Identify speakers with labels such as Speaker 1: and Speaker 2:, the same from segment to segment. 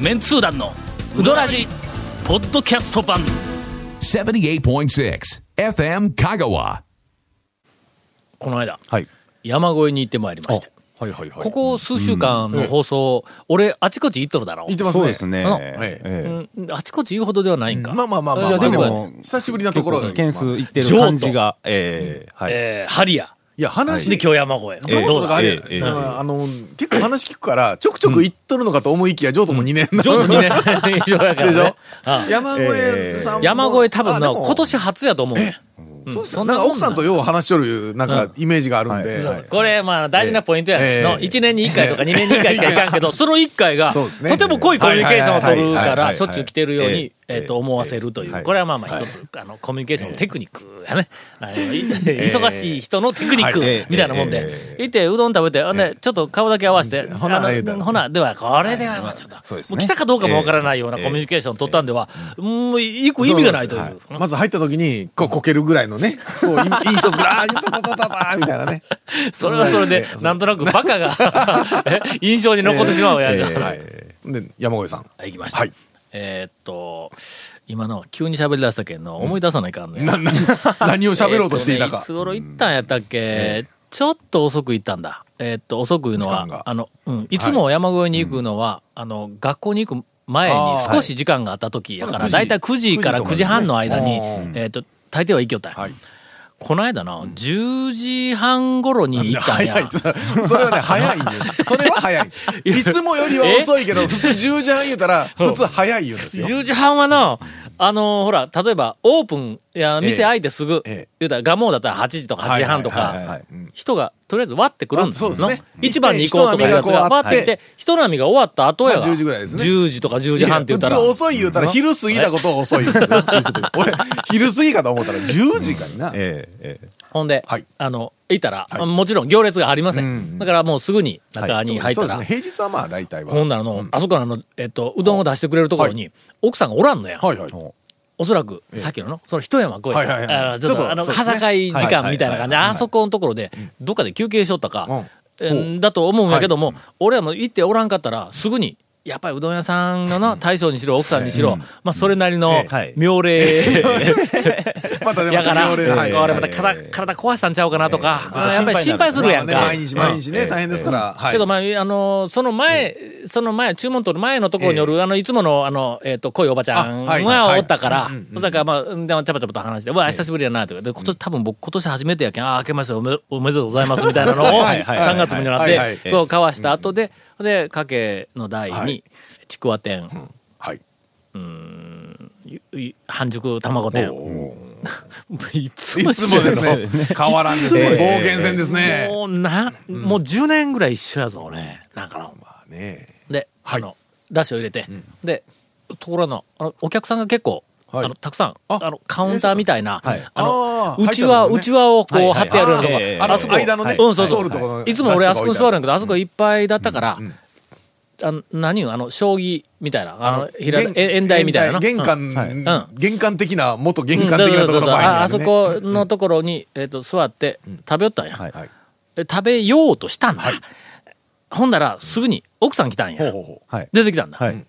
Speaker 1: メンツー団のウドラジポッドキャスト版
Speaker 2: 78.6 FM Kagawa.
Speaker 3: この間、
Speaker 4: はい。
Speaker 3: 山越えに行ってまいりまして。
Speaker 4: はいはいはい。
Speaker 3: ここ数週間の放送、俺、あちこち行っとるだろ。
Speaker 4: 行ってますね。そうですね。
Speaker 3: あ
Speaker 4: ええ
Speaker 3: うんあちこち言うほどではないんか。
Speaker 5: まあまあまあまあ
Speaker 3: いやで
Speaker 5: まあ
Speaker 3: も、
Speaker 5: も久しぶりなところが
Speaker 4: 件数いってる感じが。ええはい。
Speaker 3: えー、ハリア。
Speaker 5: いや、話
Speaker 3: で、
Speaker 5: で、
Speaker 3: 京山越え。
Speaker 5: 譲
Speaker 3: ど
Speaker 5: 渡
Speaker 3: う
Speaker 5: とか
Speaker 3: だ
Speaker 5: あれ、
Speaker 4: ええええ
Speaker 5: まああの、結構話聞くから、ちょくちょく行っとるのかと思いきや、譲渡も2年な
Speaker 3: ちょっと2年以上やから
Speaker 5: でし
Speaker 3: ね
Speaker 5: ょ。
Speaker 3: あ
Speaker 5: 山越えさんも
Speaker 3: 山越え多分
Speaker 5: あで
Speaker 3: の、
Speaker 5: も
Speaker 3: 今年初やと思うねん。うん
Speaker 5: そうです
Speaker 3: そ
Speaker 5: ね。
Speaker 3: んな
Speaker 5: なん
Speaker 3: もん
Speaker 5: か奥さんとよう話しとる、なん
Speaker 3: うん
Speaker 5: か、イメージがあるんで。
Speaker 4: はい
Speaker 3: これ、まあ、大事なポイントやね
Speaker 5: え
Speaker 3: ん。
Speaker 5: え
Speaker 3: の、1年に1回とか2年に1回しかいか んけど、その1回が、
Speaker 5: そうですね
Speaker 3: とても濃いコミュニケーションを取る
Speaker 4: はい
Speaker 3: か
Speaker 4: はいはいは
Speaker 3: ら、
Speaker 4: い
Speaker 3: しょっちゅう来てるよう
Speaker 4: え
Speaker 3: に
Speaker 4: え、
Speaker 3: えっと、思わせるとい
Speaker 4: は
Speaker 3: う。
Speaker 4: い
Speaker 3: これはまあまあ一つ、あの、コミュニケーションのテクニックやね。あのい 忙しい人のテクニック
Speaker 4: はいええ
Speaker 3: みたいなもん
Speaker 4: え
Speaker 3: で、行って、うどん食べて、ほんで、ちょっと顔だけ合わせて、
Speaker 5: ほな
Speaker 3: あの
Speaker 5: 言うたら
Speaker 3: ほな、では、これでは、まあちょっと、
Speaker 4: そうです
Speaker 3: も
Speaker 4: ね
Speaker 3: う来たかどうかもわからないようなコミュニケーションを取ったんでは、もう、行く意味がないとい
Speaker 4: そう
Speaker 3: う。
Speaker 5: まず入った時に、こう、こけるぐらいのね、こう、い印象する、ああ、いたたたたたみたいな ね。
Speaker 3: それはそれで、なんとなくバカが え印象に残ってしまうやつ。
Speaker 5: はい。で、山越えさん。
Speaker 3: 行きました。
Speaker 5: はい
Speaker 3: えーっと、今の急に喋り出したけんの、思い出さないかんね。
Speaker 5: な、な、 何を喋ろうとしていた
Speaker 3: えーっね
Speaker 5: か
Speaker 3: いつ。頃行ったんやったっけ、ちょっと遅く行ったんだ。えーっと、遅く言うの
Speaker 5: 時間
Speaker 3: は
Speaker 5: が、
Speaker 3: あの、うん、いつも山越えに行くのは、あの、学校に行く前に
Speaker 5: あー
Speaker 3: 少し時間があった時やか
Speaker 5: ま
Speaker 3: ら、
Speaker 5: だ9時
Speaker 3: だいたい9時から9時半の間に、
Speaker 5: 9時とかですね
Speaker 3: えーっと、大抵は行きよったんや、
Speaker 5: はい。
Speaker 3: この間な、10時半頃に行ったんや。
Speaker 5: 早い。それはね、早いよ。それは 早い。いつもよりは遅いけど、普通10時半言うたら、普通早い言うんですよ。
Speaker 3: 10時半はな、あのーほら、例えば、オープン、いや、店開いてすぐ、
Speaker 5: ええ
Speaker 3: 言うたら、ガモだったら8時とか8時半と
Speaker 5: はいはいはい
Speaker 3: か
Speaker 5: はいうん、
Speaker 3: 人が、とりあえず割ってくるん
Speaker 5: あ
Speaker 3: だ
Speaker 5: そう
Speaker 3: よ
Speaker 5: ですね
Speaker 3: な一番に行こうとかいうやつ
Speaker 5: 人波
Speaker 3: が
Speaker 5: がこうあ
Speaker 3: 割
Speaker 5: って
Speaker 3: ってて、人波が終わった後やが、
Speaker 5: まあ10時ぐらいですね
Speaker 3: 10時とか10時半って言ったら
Speaker 5: いや、普通遅い言うたら、昼過ぎたことを遅い言うてるっていうことで俺、昼過ぎかと思ったら、10時かにな。
Speaker 4: ええええ
Speaker 3: ほんで、
Speaker 5: はい
Speaker 3: あの、行ったら、もちろん行列がありません。だからもうすぐに中に入っ
Speaker 5: そ
Speaker 3: た
Speaker 5: うで
Speaker 3: ら、
Speaker 5: すね。平日はまあ、大体は。
Speaker 3: ほんならの、あそこのあの、えっと、うどんを出してくれるところに、奥さんがおらんのや。
Speaker 5: はいはい。
Speaker 3: おそらく、さっきのの、その一山越え
Speaker 5: はいはいはい
Speaker 3: た、あのちょっ
Speaker 5: ちょっ
Speaker 3: と、
Speaker 5: と
Speaker 3: あの、
Speaker 5: そうですね
Speaker 3: はさかい時間みたいな感じで、
Speaker 4: はいはいはいはい
Speaker 3: あそこのところで、どっかで休憩しとった
Speaker 5: う
Speaker 3: か
Speaker 5: ん、
Speaker 3: えーだと思うんやけども、俺はもう行っておらんかったら、すぐに、やっぱりうどん屋さんのな、大将にしろ、奥さんにしろ、まあ、それなりの
Speaker 4: ええはい、
Speaker 3: 妙齢、
Speaker 5: またでも
Speaker 3: やから、
Speaker 5: それ
Speaker 3: なんか俺また
Speaker 4: ええ
Speaker 3: 体体壊したんちゃうかなとか、
Speaker 4: ええ
Speaker 3: あやっぱり心配するやん
Speaker 5: まあ
Speaker 3: か
Speaker 5: ね。毎日毎日ね、大変ですから。はい
Speaker 3: けど、まあ、あの、その前、その前、注文取る前のところによる、あの、いつもの、あの、えっ、と、濃いおばちゃん
Speaker 5: あはいはい
Speaker 3: が
Speaker 5: はい
Speaker 3: おったから、だから、まあ、うんでちゃばちゃばと話して、うわ、久しぶりやな、とか、で、今年、多分僕、今年初めてやけん、あー、明けましておめおめでとうございます、みたいなのを、
Speaker 4: はいはいはい
Speaker 3: 3月になっ
Speaker 5: はいはい
Speaker 4: は
Speaker 3: て、
Speaker 4: い
Speaker 3: こう、交わした後で、で、かけの台に、
Speaker 5: はい
Speaker 3: ちくわ店、
Speaker 5: はい。
Speaker 3: ゆゆ半熟卵店、 いつも
Speaker 5: いつもで
Speaker 3: 一緒や ぞ
Speaker 5: すね。変わらんですね。
Speaker 4: いつも
Speaker 5: 冒険戦ですね。
Speaker 3: もう、な、もう10年ぐらい一緒やぞ、俺。なんかの。
Speaker 5: まあね。
Speaker 3: で、
Speaker 5: はい
Speaker 3: あのだしを入れて、でところのあのお客さんが結構、
Speaker 5: はい
Speaker 3: あのたくさんあ
Speaker 5: あ
Speaker 3: のカウンターみたいな、
Speaker 4: そうです
Speaker 3: あの
Speaker 5: あー
Speaker 3: うちわ
Speaker 5: 入
Speaker 3: う
Speaker 5: って
Speaker 3: ち
Speaker 5: た
Speaker 3: わをこ
Speaker 4: はいうはい
Speaker 3: 貼ってあるようなとこ、
Speaker 4: ええ
Speaker 3: あ
Speaker 5: あ
Speaker 3: そ
Speaker 5: そ
Speaker 3: こ
Speaker 5: こ間のね、
Speaker 3: うんそうそう
Speaker 5: 通るところ
Speaker 3: いつも俺あそこに座るんやけどあそこいっぱいだったから、あの何言うのあの将棋みたいなあの平
Speaker 5: 現
Speaker 3: え縁台みたいなの
Speaker 5: 玄
Speaker 3: うん
Speaker 5: 関
Speaker 3: ん、
Speaker 5: 玄関的な、元
Speaker 3: う
Speaker 5: 玄
Speaker 3: ん
Speaker 5: 関的なところの前に
Speaker 3: ああ
Speaker 5: る
Speaker 3: そ
Speaker 5: ね
Speaker 3: このところに、えっと座って食べよったんや、
Speaker 4: はい
Speaker 5: はい
Speaker 3: で食べようとしたんだ、ほんならすぐに奥さん来たんや
Speaker 5: ほうほうほう。
Speaker 4: はい。
Speaker 3: 出てきたんだ、
Speaker 4: はい。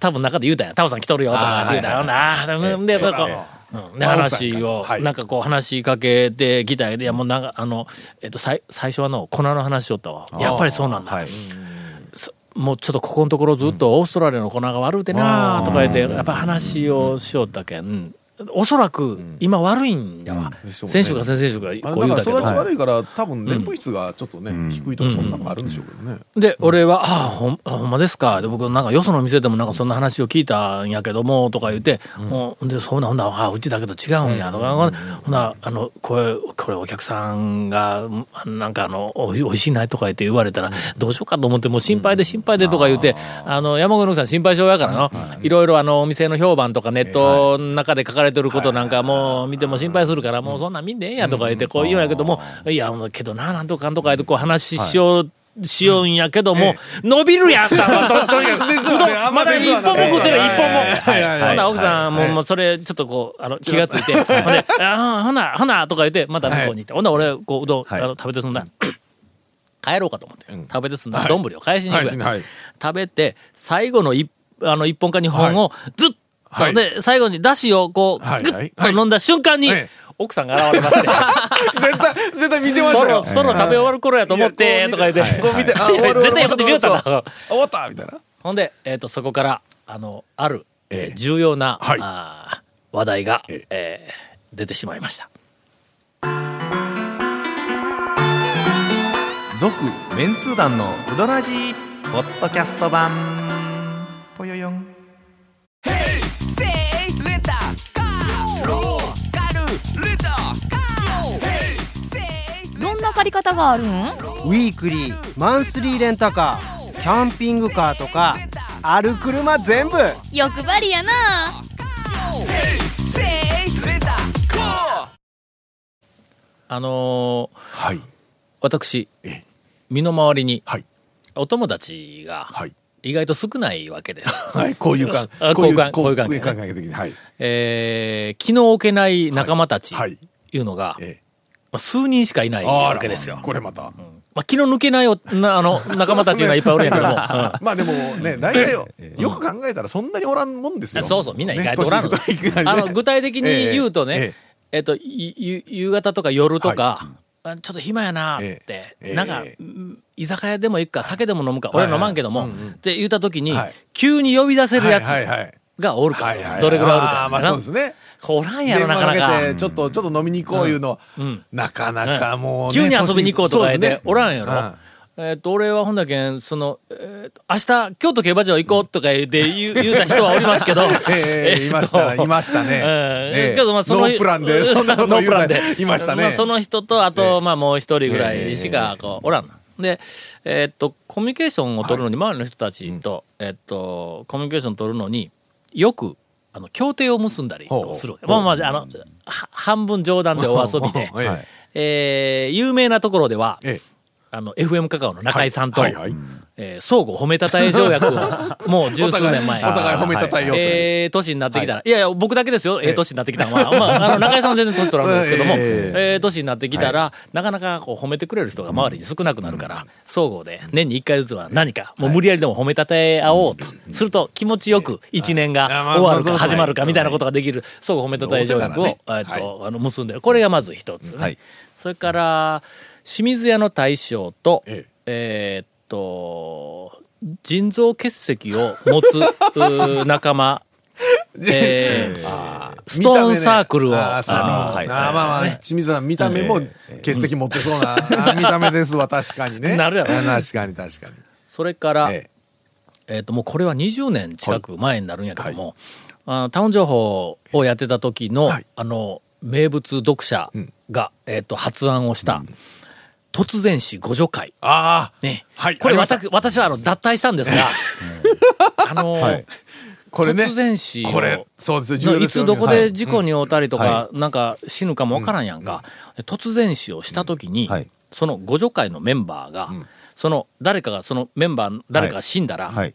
Speaker 3: 多分中で言うたんや。タオさん来とるよとか言うたんやろな。うんで、そ
Speaker 5: そううだ
Speaker 3: こ
Speaker 5: ね。
Speaker 3: うんで、話を、
Speaker 5: はい
Speaker 3: なんかこう話しかけてきたいや、もうなんか、あの、えっと、さい最初はの、粉の話しとったわ。やっぱりそうなんだ。
Speaker 4: はい。
Speaker 3: もうちょっとここのところずっとオーストラリアの粉が悪うてなとか言って、やっぱ話をしよったけん。おそらく、今悪いんだわ。先週か先々週か
Speaker 5: あ
Speaker 3: こう
Speaker 5: れ
Speaker 3: 言
Speaker 5: だ
Speaker 3: うたけ
Speaker 5: から
Speaker 3: ど
Speaker 5: 育ち。悪いから、多分連邦質がちょっとね、低いとかそんなのがあるんでしょうけどね。
Speaker 3: で、俺は、ああほん、あほんまですか。で、僕、なんか、よその店でもなんかそんな話を聞いたんやけども、とか言って、もうで、そうなんだ、ああうちだけど違うんや、とか、ほな、あの、これ、これお客さんが、なんかあの、おいおいしいないとか言って言われたら、どうしようかと思って、もう心配で心配でとか言って、あの、山越の奥さん心配性やからの、いろいろあの、お店の評判とかネットの中で書かれてることなんかもう見ても心配するから、もうそんなん見んでええんやとか言って、こう言うんやけども、いや、けどな、なんとかなんとか言って、こう話しよう、しようんやけども、伸びるやんか、ととにかく。
Speaker 5: です
Speaker 3: う
Speaker 5: よね
Speaker 3: どん
Speaker 5: あん
Speaker 3: ま
Speaker 5: ま
Speaker 3: だ
Speaker 5: で
Speaker 3: 一
Speaker 5: すわ
Speaker 3: 本も
Speaker 5: ね
Speaker 3: 食ってない、一本も。
Speaker 4: はいはいはい
Speaker 3: ほな、奥さんも、もうそれ、ちょっとこう、あの、気がついて、ほんで、あほな、ほな、とか言って、また向こうに行って、ほんな俺、こう、うどん、あ
Speaker 4: い
Speaker 3: の、食べて済んだ。帰ろうかと思って。食べて済んだ。丼を返しに行くやん
Speaker 5: はい。
Speaker 3: 食べて、最後の一あの、一本か二本を、ずっと、
Speaker 5: はい
Speaker 3: で、最後に出汁をこう、
Speaker 5: はい
Speaker 3: ぐ
Speaker 5: は
Speaker 3: っ
Speaker 5: い
Speaker 3: と飲んだ瞬間に、
Speaker 5: はいはい
Speaker 3: 奥さんが現れまして、
Speaker 5: 絶対、絶対見てまし
Speaker 3: そ
Speaker 5: た
Speaker 3: ろ
Speaker 5: よ。
Speaker 3: そろ食べ終わる頃やと思って、とか言って、
Speaker 5: こう見て、あ、
Speaker 3: いや
Speaker 5: 終わる
Speaker 3: 絶対
Speaker 5: 終わる
Speaker 3: 横で見よったな
Speaker 5: そうそう終わったみたいな。
Speaker 3: ほんで、えー、とそこからあのある、
Speaker 5: ええ
Speaker 3: 重要な、
Speaker 5: はい
Speaker 3: あー話題が、え
Speaker 5: ええ
Speaker 3: ー出てしまいました
Speaker 4: 続メンツー団のウドラジポッドキャスト版ぽよよん
Speaker 6: どんな借り方があるん
Speaker 7: ウィークリーマンスリーレンタカーキャンピングカーとかある車全部
Speaker 6: 欲張りやな
Speaker 3: あのー
Speaker 5: はい。
Speaker 3: 私
Speaker 5: ええ
Speaker 3: 身の回りに
Speaker 5: はい。
Speaker 3: お友達が
Speaker 5: はい。
Speaker 3: 意外と少ないわけです、
Speaker 5: はい。こういう感
Speaker 3: あこういう感こういう感
Speaker 5: こういう考え的に。はい。
Speaker 3: えー気の置けない仲間たち
Speaker 5: はい。
Speaker 3: いうのが、
Speaker 5: え
Speaker 3: まあ数人しかいない
Speaker 5: え。
Speaker 3: わ
Speaker 5: ら
Speaker 3: けですよ、
Speaker 5: これまた。
Speaker 3: まあ、気の抜けないおなあの仲間たちがいっぱいおるんやけども、うん
Speaker 5: まあでもね、大体よ、よく考えたらそんなにおらんもんですよ。
Speaker 3: そうそう、みんな意
Speaker 5: ね
Speaker 3: 外とおらんの。
Speaker 5: 年いくといきなりね
Speaker 3: あの、具体的に言うとね、え
Speaker 5: え
Speaker 3: っ、と、ゆゆ夕方とか夜とか、あちょっと暇やなーって、
Speaker 5: ええ
Speaker 3: なんか、
Speaker 5: え
Speaker 3: うん居酒屋でも行くか、酒でも飲むか、
Speaker 5: い
Speaker 3: 俺飲まんけども、
Speaker 5: はいはいうんうん
Speaker 3: って言った時に、
Speaker 5: はい
Speaker 3: 急に呼び出せるやつ
Speaker 5: はいはいはい
Speaker 3: がおるか、
Speaker 5: はいはい
Speaker 3: どれぐらいおる
Speaker 5: あ
Speaker 3: か
Speaker 5: ー。まあそうですね。
Speaker 3: おらんや
Speaker 5: 電
Speaker 3: ろ、
Speaker 5: 話
Speaker 3: な
Speaker 5: か
Speaker 3: かな
Speaker 5: け
Speaker 3: か。
Speaker 5: て、ちょっと、ちょっと飲みに行こういうの、なかなかもうね、
Speaker 3: 急に遊びに行こうとか言って、
Speaker 5: そうですね
Speaker 3: おらんやろ。
Speaker 5: うん
Speaker 3: えっと、俺はほんだけん、その、えっと、明日、京都競馬場行こうとか言って言う、言うた人はおりますけど、
Speaker 5: ええいまし たねいましたね
Speaker 3: え
Speaker 5: え
Speaker 3: え
Speaker 5: え
Speaker 3: けど、まあ、その、
Speaker 5: ノープランでそんなこと
Speaker 3: ノー
Speaker 5: 言う
Speaker 3: プラン
Speaker 5: た
Speaker 3: で
Speaker 5: いましたね
Speaker 3: あその人と、あ
Speaker 5: え
Speaker 3: と、
Speaker 5: え
Speaker 3: まあ、もう一人ぐらいしか、こう、おらんな。で、えっと、コミュニケーションを取るのに、周りの人たちと、えっと、コミュニケーション取るのに、よく、あの、協定を結んだり
Speaker 5: ほう、
Speaker 3: こうする。まあまあ、あの、は半分冗談でお遊びで
Speaker 5: え
Speaker 3: えー有名なところでは、
Speaker 5: ええ
Speaker 3: あの、FM カカオの中井さんと、
Speaker 5: はいはいはい
Speaker 3: えー相互褒めたたえ条約を、もう十
Speaker 5: お
Speaker 3: 数
Speaker 5: 互い
Speaker 3: 年前。
Speaker 5: お互い褒めたたえようという
Speaker 3: ええ年になってきたら、い、やいや、僕だけですよ、ええ年になってきたら、まあ、まあ、あの、中井さんは全然年取らないですけども、
Speaker 5: え
Speaker 3: ええ年になってきたら、なかなかこう褒めてくれる人が周りに少なくなるから、相互で年に1回ずつは何か、もう無理やりでも褒めたたえ合おうと、すると気持ちよく1年が終わる
Speaker 5: まあま
Speaker 3: か
Speaker 5: あそうですね
Speaker 3: 始まるかみたいなことができる、相互褒めたたえ条約を、
Speaker 5: どうせ
Speaker 3: え
Speaker 5: なら
Speaker 3: っ
Speaker 5: ね
Speaker 3: と、あの、結んでる。これがまず一つね、
Speaker 4: はい
Speaker 3: それから、清水屋の大将と、
Speaker 5: ええ
Speaker 3: えーっと、腎臓結石を持 つうー仲間、えーストーンサークルを、
Speaker 5: 見た目ねあーそう
Speaker 3: あの
Speaker 4: はい
Speaker 5: あーまあまあ、清水さん、見た目も欠席持ってそうな、あー見た目ですわ、確かにね。
Speaker 3: なるやろ
Speaker 5: 確かに確かに。
Speaker 3: それから、え
Speaker 5: え
Speaker 3: ーっと、もうこれは20年近く前になるんやけども、あのタウン情報をやってた時の、
Speaker 5: はい
Speaker 3: あの、名物読者が、えーっと、発案をした、突然死互助会。
Speaker 5: ああ、
Speaker 3: ね。
Speaker 5: はい
Speaker 3: こ
Speaker 5: あ
Speaker 3: れ
Speaker 5: りました
Speaker 3: 私、私はあの、脱退したんです が、あの、
Speaker 5: これね。
Speaker 3: 突然死を
Speaker 5: これ、そうですよ、重
Speaker 3: の
Speaker 5: 要
Speaker 3: い
Speaker 5: です
Speaker 3: つ
Speaker 5: よ
Speaker 3: どこ
Speaker 5: 皆
Speaker 3: で
Speaker 5: さん
Speaker 3: 事故に遭うたりと
Speaker 5: うん
Speaker 3: か、
Speaker 5: は
Speaker 3: なんか死ぬかもわからんやんか、突然死をしたときに、
Speaker 4: うんはい
Speaker 3: その互助会のメンバーが、その誰かが、そのメンバー、誰かが死んだら、
Speaker 4: はい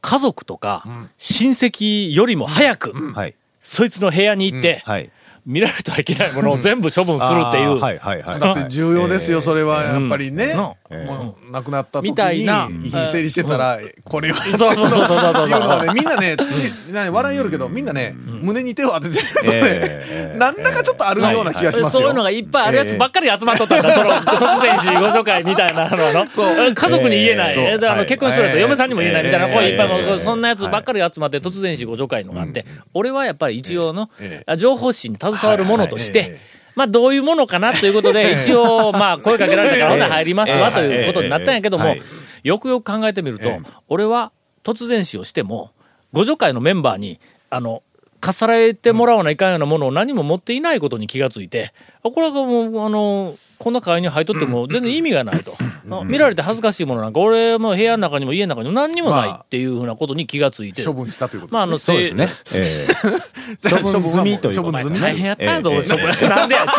Speaker 3: 家族とか、親戚よりも早く、
Speaker 4: はい
Speaker 3: そいつの部屋に行って、
Speaker 4: はい
Speaker 3: 見られてはいけないものを全部処分するってい
Speaker 4: あ
Speaker 3: う、
Speaker 4: ーはいはいはい
Speaker 5: だって重要ですよ、それはやっぱりね。
Speaker 3: うん
Speaker 5: もう亡くなった時
Speaker 3: みたい
Speaker 5: に
Speaker 3: な
Speaker 5: 遺品整理してたら、これはっていう
Speaker 3: そうそうそうそうそうそう
Speaker 5: のはね、みんなね、ちな笑いよるけど、みんなね、胸に手を当ててると
Speaker 4: え
Speaker 5: ね、何らかちょっとあるような気がします
Speaker 3: そう
Speaker 5: よ。
Speaker 3: いうのがいっぱいあるやつばっかり集まっとったんだ、 その突然死ご紹介みたいなのの家族に言えない、
Speaker 4: ええ
Speaker 3: えーであの
Speaker 4: はい
Speaker 3: 結婚してるやつ、
Speaker 5: ええ
Speaker 3: 嫁さんにも言えないみたいな、
Speaker 5: ええ
Speaker 3: こういっぱいもう
Speaker 4: ええ
Speaker 3: こうそんなやつばっかり集まって突然死ご紹介のがあって、俺はやっぱり一応の、あ情報誌に携わるものとして、
Speaker 5: はいはいえ
Speaker 3: まあどういうものかなということで、一 応まあ声かけられたから、ほな入りますわということになったんやけども、
Speaker 4: ええはい
Speaker 3: よくよく考えてみると、俺は突然死をしても、互助会のメンバーに、あの、課されてもらわないかんようなものを何も持っていないことに気がついて、あこれはもう、あの、こんな会に入っとっても全然意味がないと。あ見られて恥ずかしいものなんか、俺も部屋の中にも家の中にも何にもないっていうふうなことに気がついて。
Speaker 5: 処分したということ。
Speaker 3: まあ、あの、
Speaker 4: そうですねえ
Speaker 5: 処
Speaker 4: 分済みという
Speaker 5: 処
Speaker 4: こと
Speaker 5: 分済み
Speaker 3: 大変やったんやぞ、
Speaker 4: ええ
Speaker 3: 俺そこなんでや、違うか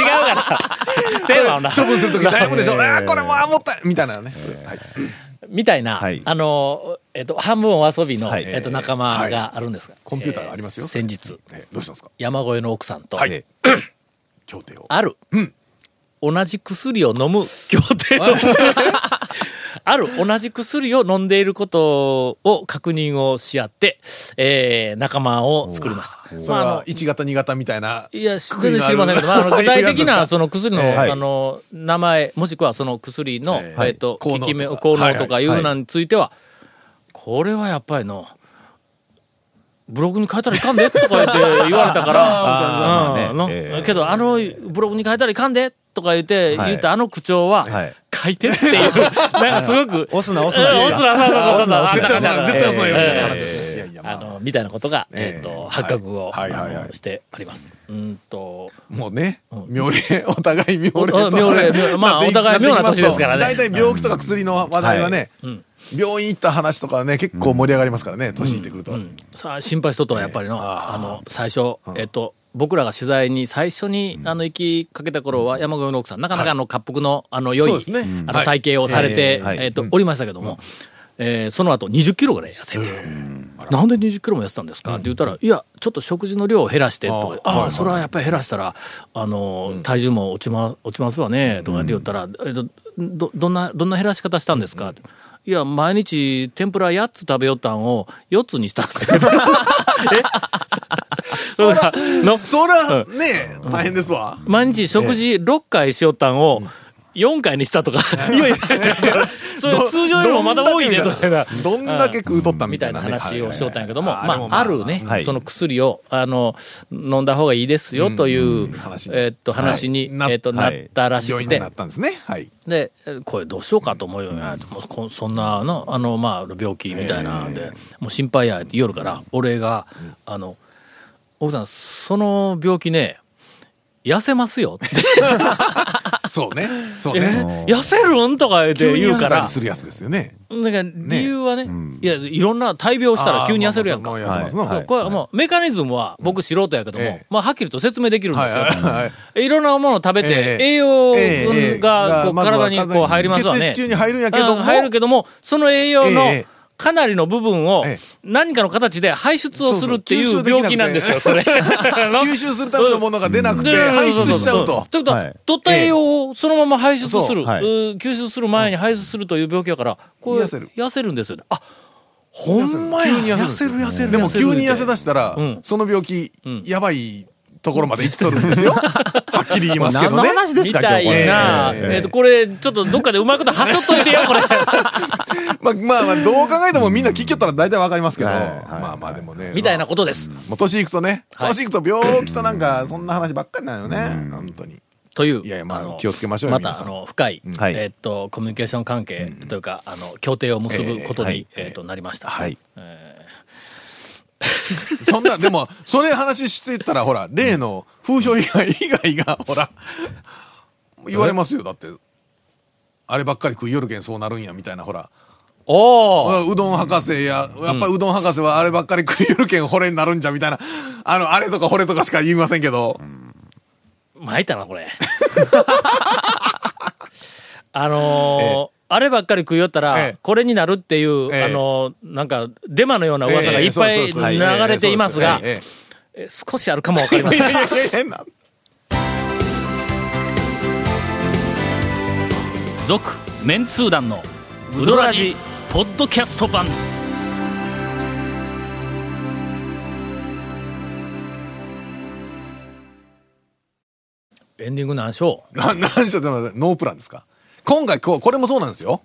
Speaker 3: ら。せやわな。
Speaker 5: 処分するとき悩むでしょ。ああ、これもあもったいみたいなね。はい
Speaker 3: みたいな、
Speaker 4: はい
Speaker 3: あの、えっと、半分お遊びの、
Speaker 4: はい
Speaker 3: えっと、仲間があるんですが。
Speaker 5: コンピューターがありますよ
Speaker 3: えー先日、
Speaker 5: えどうしたんですか
Speaker 3: 山越えの奥さんと、
Speaker 5: はい。協定を。
Speaker 3: ある、同じ薬を飲む協定の、 ある同じ薬を飲んでいることを確認をし合って、えー仲間を作りました。
Speaker 5: それは1型2型みたいな。
Speaker 3: いや、全然知りませんけど、まあ、あの具体的なその薬の、
Speaker 5: はい
Speaker 3: あの、名前、もしくはその薬の、え
Speaker 5: えー
Speaker 3: っと、効
Speaker 5: 効能
Speaker 3: き
Speaker 5: とか
Speaker 3: 目、効能とかいう
Speaker 8: はい
Speaker 3: のについては、これはやっぱりの、ブログに変えたらいかんでとか言って言われたか
Speaker 8: あー
Speaker 3: ら、うん
Speaker 8: まあ
Speaker 3: の
Speaker 8: ねええ
Speaker 3: けど、あの、ブログに変えたらいかんでとか言って、
Speaker 8: はい
Speaker 3: 言ったあの口調は、
Speaker 8: はい
Speaker 3: 書いてっていう、なんかすごく、
Speaker 8: 押すな押すな
Speaker 3: うん押すな、押すな、押すな、
Speaker 8: あ
Speaker 5: 絶対押すな、絶対押すなよ、みたいな話
Speaker 3: え
Speaker 5: で
Speaker 3: え
Speaker 5: す。いやいや、
Speaker 3: あ
Speaker 5: まあ、
Speaker 3: の、みたいなことが、
Speaker 5: ええ
Speaker 3: えっと、
Speaker 5: はい
Speaker 3: 発覚を
Speaker 5: はいはいはい
Speaker 3: あのしてあります。うんと、
Speaker 5: もうね、妙齢、お互い妙齢
Speaker 3: お
Speaker 5: と。
Speaker 3: 妙齢 妙まあ
Speaker 5: なってい
Speaker 3: お互い妙な年ですからね
Speaker 5: なっていきますと大体病気とか薬の話題はね、病院行った話とかね、結構盛り上がりますからね、年いってくると。
Speaker 3: さあ心配しとったのはやっぱりの、
Speaker 5: あ
Speaker 3: あ
Speaker 5: ー
Speaker 3: の最初、えっと僕らが取材に最初に、あの行きかけた頃は山上の奥さんなかなかあの割腹のあの良い、
Speaker 5: そうですねうん
Speaker 3: あ
Speaker 5: は
Speaker 3: の
Speaker 5: い
Speaker 3: 体型をされて、
Speaker 8: はい
Speaker 3: えっとおりましたけども、えーその後20キロぐらい痩せて。なんで20キロも痩せたんですか、って言ったら「いやちょっと食事の量を減らして」とか「
Speaker 5: あー
Speaker 3: あ
Speaker 5: は
Speaker 3: あ
Speaker 5: い
Speaker 3: それはやっぱり減らしたらあの、体重も落ち,、ま、落ちますわね」とかって言ったら、えっとどどんなどんな減らし方したんですか?」っていや毎日天ぷら8つ食べよったんを4つにした んですけどえそうだの
Speaker 5: そら、ね、大変ですわ。
Speaker 3: 毎日食事6回しよったんを4回にしたとかいやいや それ
Speaker 5: ど
Speaker 3: 通常よりもまだ多いねとか言うな
Speaker 5: どんだけ食うとった
Speaker 3: み
Speaker 5: み
Speaker 3: た
Speaker 5: たい
Speaker 3: い
Speaker 5: な
Speaker 3: な
Speaker 5: ね。
Speaker 3: 話をしようたんやけども、
Speaker 5: はいはいはい
Speaker 3: まあ、あるね、
Speaker 8: はい
Speaker 3: その薬を、あの、飲んだ方がいいですよという、
Speaker 5: 話に
Speaker 3: えっと、話に、
Speaker 5: な
Speaker 3: えっと、な
Speaker 8: は
Speaker 3: っ
Speaker 8: い
Speaker 3: たらし
Speaker 5: 病
Speaker 3: く
Speaker 5: 院に
Speaker 3: て
Speaker 5: なっ、たんですね。はい。
Speaker 3: で、えこれどうしようかと思うようになってもうこんそんなの、あの、まあ、病気みたいなんで、もう心配や、って夜から、俺が、あの、奥さん、その病気ね、痩せますよ って。
Speaker 5: そうね。そう
Speaker 3: え
Speaker 5: ね。
Speaker 3: 痩せるんとか言って
Speaker 5: 急に
Speaker 3: 言う
Speaker 5: 痩せ
Speaker 3: か
Speaker 5: た
Speaker 3: ら
Speaker 5: り、するやつですよね。
Speaker 3: だから理由はね、いや、いろんな大病したら急に痩せるやんか。
Speaker 5: あーまあまあそんなもん痩せますな
Speaker 8: はい
Speaker 3: これはもうメカニズムは僕素人やけども、
Speaker 5: ええ
Speaker 3: まあはっきりと説明できるんですよ。
Speaker 5: はいはいは い
Speaker 3: いろんなものを食べて
Speaker 5: え、え
Speaker 3: 栄養
Speaker 5: ええええ
Speaker 3: がこう
Speaker 5: まずは
Speaker 3: 体にこう入りますわね。
Speaker 5: 血液中に入るんやけども
Speaker 3: う入るけども、その栄養の
Speaker 5: ええ
Speaker 3: かなりの部分を
Speaker 5: ええ
Speaker 3: 何かの形で排出をするってい
Speaker 5: そ
Speaker 3: う
Speaker 5: うそう吸収できな
Speaker 3: 病気なん
Speaker 5: くて
Speaker 3: ですよ、それ。
Speaker 5: 吸
Speaker 3: 吸
Speaker 5: 収するためのものが出なくて、排出しちゃうと。
Speaker 3: ということは
Speaker 8: は、
Speaker 3: い取った栄養をそのまま排出す
Speaker 5: そう
Speaker 3: る、
Speaker 8: は
Speaker 3: う
Speaker 8: い
Speaker 3: ん吸収する前に排出するという病気やから、これ
Speaker 5: 痩せる
Speaker 3: 痩せるんですよね。あ、ほんまや。
Speaker 5: 急に痩せる
Speaker 3: 痩せる。
Speaker 5: でも急に痩
Speaker 3: る
Speaker 5: せ出したら、その病気、やばいところまで行きとるんですよ。はっきり言いますけ
Speaker 8: 何
Speaker 5: ど
Speaker 8: の
Speaker 5: ね。
Speaker 8: 話です
Speaker 3: み
Speaker 8: か
Speaker 3: たい
Speaker 8: 今日これ
Speaker 3: な、
Speaker 5: え
Speaker 3: え
Speaker 5: え
Speaker 3: っ、と、これ、ちょっとどっかでうまいことはしょっといてよ、これ。
Speaker 5: まあまあまあ、どう考えてもみんな聞きよったら大体わかりますけど、
Speaker 8: はいはい
Speaker 5: まあまあでもね。
Speaker 3: みたいなことです。
Speaker 5: もう年いくとね、
Speaker 3: はい
Speaker 5: 年いくと病気となんか、そんな話ばっかりなのよね、本当に。
Speaker 3: という。
Speaker 5: いやいやまあ
Speaker 3: の
Speaker 5: 気をつけましょう
Speaker 3: ま
Speaker 5: よ皆
Speaker 3: た、
Speaker 5: さ
Speaker 3: あ
Speaker 5: ん
Speaker 3: の、深い、
Speaker 8: はい
Speaker 3: えっ、と、コミュニケーション関係というか、あの、協定を結ぶこと
Speaker 5: ええはい
Speaker 3: に、えっ、と、なりました。
Speaker 5: はい。そんな、でも、それ話してたら、ほら、例の風評被害以外が、ほら、言われますよ、だって。あればっかり食いよるけんそうなるんや、みたいな、ほら。
Speaker 3: おー
Speaker 5: うどん博士や、やっぱりうどん博士はあればっかり食いよるけん惚れになるんじゃ、みたいな。あの、あれとか惚れとかしか言いませんけど。
Speaker 3: 参ったな、これ。 あのーあればっかり食いよったら、
Speaker 5: ええ
Speaker 3: これになるっていう、
Speaker 5: ええ
Speaker 3: あのーなんか、デマのような噂が
Speaker 5: ええ
Speaker 3: いっぱい
Speaker 5: そうですそうです
Speaker 3: 流れていますが、
Speaker 5: ええ
Speaker 3: え少しあるかもわかりま
Speaker 5: い
Speaker 3: せん
Speaker 5: やい。やいや変な
Speaker 1: 続メンツー団のウドラジポッドキャスト版
Speaker 3: エンディング何章
Speaker 5: ななんしょってまノープランですか今回こうこれもそうなんですよ、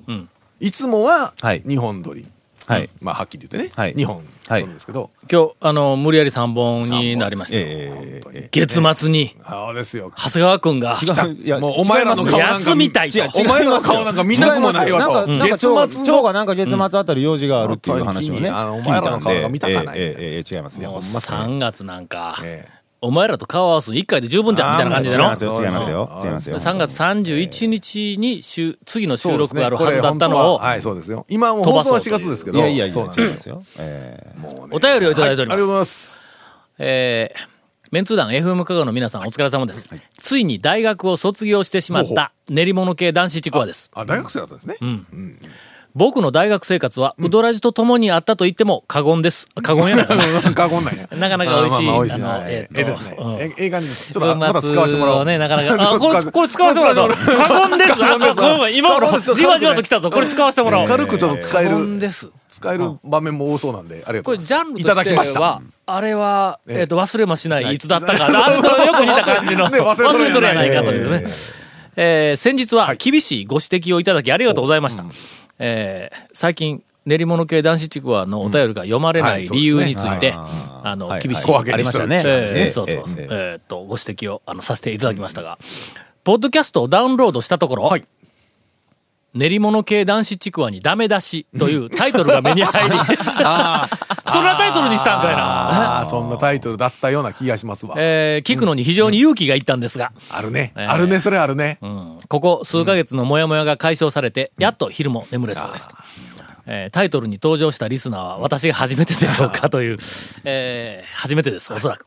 Speaker 5: いつもは
Speaker 8: はい
Speaker 5: 日本撮り、
Speaker 8: はい
Speaker 5: まあはっきり言ってね、
Speaker 8: はい
Speaker 5: 日本撮るんですけど、
Speaker 3: 今日、あの、無理やり3本になりました。
Speaker 8: え
Speaker 5: 本当に
Speaker 3: 月末に、
Speaker 5: そうですよ
Speaker 3: 長谷川くんが、
Speaker 8: え違ういや
Speaker 5: もうお前らの顔なんか
Speaker 3: 休みたいと
Speaker 8: 違う違う
Speaker 5: お前らの顔なんか見たくもないわと
Speaker 8: 違いますよなんかなんか
Speaker 5: 月
Speaker 8: 月
Speaker 5: 末
Speaker 8: 末
Speaker 5: の
Speaker 8: 蝶がなんか月末あたり用事があるっていう話をね。
Speaker 5: うんあのお前らの顔が見たかない
Speaker 8: ええええええ違いますね。
Speaker 3: もう
Speaker 8: ほんまっすね
Speaker 3: 3月なんか、
Speaker 5: え
Speaker 3: お前らと顔合わす1回で十分じゃんみたいな感じで
Speaker 8: 違い
Speaker 3: の。
Speaker 8: ますよ違いますよ違いますよ。
Speaker 3: 3月31日に週、次の収録がある
Speaker 5: そう
Speaker 3: は
Speaker 5: で
Speaker 3: ず
Speaker 5: すね
Speaker 3: だったの
Speaker 5: これ本当は
Speaker 3: を、
Speaker 5: はいそうですよ今もう
Speaker 3: 飛
Speaker 5: 放
Speaker 3: ば
Speaker 5: 送
Speaker 3: そう
Speaker 5: は
Speaker 3: と
Speaker 5: 4
Speaker 3: いう
Speaker 5: 月ですけ
Speaker 8: い
Speaker 5: ど
Speaker 8: やいやい
Speaker 5: そう
Speaker 8: や
Speaker 5: なん
Speaker 8: 違い
Speaker 5: で
Speaker 8: ますすよ。ええ
Speaker 5: もうね
Speaker 3: お便りをいただいており
Speaker 5: あ
Speaker 3: ま
Speaker 5: り
Speaker 3: す。
Speaker 5: がとうございます
Speaker 3: えーメンツー団 FM 香川の皆さんお疲れ様です、ついに大学を卒業してしまった練り物系男子ちくわです。
Speaker 5: あ大学生だったんですね、
Speaker 3: 僕の大学生活は、うどらじと共にあったと言っても過言です。過言やな。
Speaker 5: 過言なんや。
Speaker 3: なかなか美味しい
Speaker 5: あーまあまあ美味しい
Speaker 3: あの
Speaker 5: な。
Speaker 3: えー
Speaker 5: え
Speaker 3: と
Speaker 5: えですね
Speaker 3: うん。
Speaker 5: えええ感じです。ちょっとあ
Speaker 3: 文
Speaker 5: また使わせてもらお
Speaker 3: 末
Speaker 5: う。
Speaker 3: ね、なかな か、あ、
Speaker 5: ちょ
Speaker 3: こ
Speaker 5: っと
Speaker 3: れ、これ使わせてもらおう。過言です。あ、うん今の、じわじわと来たぞ。これ使わせてもらおう。
Speaker 5: 軽くちょっと使え
Speaker 3: 過
Speaker 5: る
Speaker 3: 言、です。
Speaker 5: 使える場面も多そうなんで、ありがと
Speaker 3: こ
Speaker 5: う
Speaker 3: れ
Speaker 5: ご
Speaker 3: ジ
Speaker 5: ざ
Speaker 3: ャ
Speaker 5: い
Speaker 3: ン
Speaker 5: ま
Speaker 3: ル
Speaker 5: す。
Speaker 3: と
Speaker 5: いただきま
Speaker 3: し
Speaker 5: し
Speaker 3: て
Speaker 5: た
Speaker 3: は。、あれは、
Speaker 5: ええ
Speaker 3: えっと、忘れもしない、いつだったか、
Speaker 5: い
Speaker 3: あんたよく似た感じの、
Speaker 5: ね忘れとる
Speaker 3: 忘
Speaker 5: や
Speaker 3: れ
Speaker 5: ん
Speaker 3: とるやないかというね。えー先日は厳しいご指摘をいただきありがとうございました。えー最近、練り物系男子ちくわのお便りが読まれ
Speaker 5: うん
Speaker 3: な
Speaker 5: はい
Speaker 3: い
Speaker 5: そうで
Speaker 3: 理
Speaker 5: す
Speaker 3: 由
Speaker 5: ね
Speaker 3: について、
Speaker 8: はい
Speaker 3: あの、
Speaker 8: はい
Speaker 3: 厳しい
Speaker 5: 小分け
Speaker 8: あ
Speaker 5: に
Speaker 8: り
Speaker 5: し
Speaker 8: ま
Speaker 5: と
Speaker 8: した
Speaker 5: る
Speaker 8: ね。
Speaker 3: ええ
Speaker 8: 話
Speaker 3: そうそうそう。え
Speaker 8: ええ
Speaker 3: ーっと、ご指摘をあのさせていただきましたが、ポッドキャストをダウンロードしたところ、
Speaker 5: はい
Speaker 3: 練り物系男子ちくわにダメ出しというタイトルが目に 入り、 そんなタイトルにしたんかいな。
Speaker 5: ああ、そんなタイトルだったような気がしますわ。
Speaker 3: えー聞くのに非常に勇気がいったんですが、
Speaker 5: あるね。
Speaker 3: ええ
Speaker 5: あるね、それあるね。
Speaker 3: ここ数ヶ月のモヤモヤが解消されて、やっと昼も眠れそうです。えータイトルに登場したリスナーは私が初めてでしょうかという、えー初めてです、おそらく。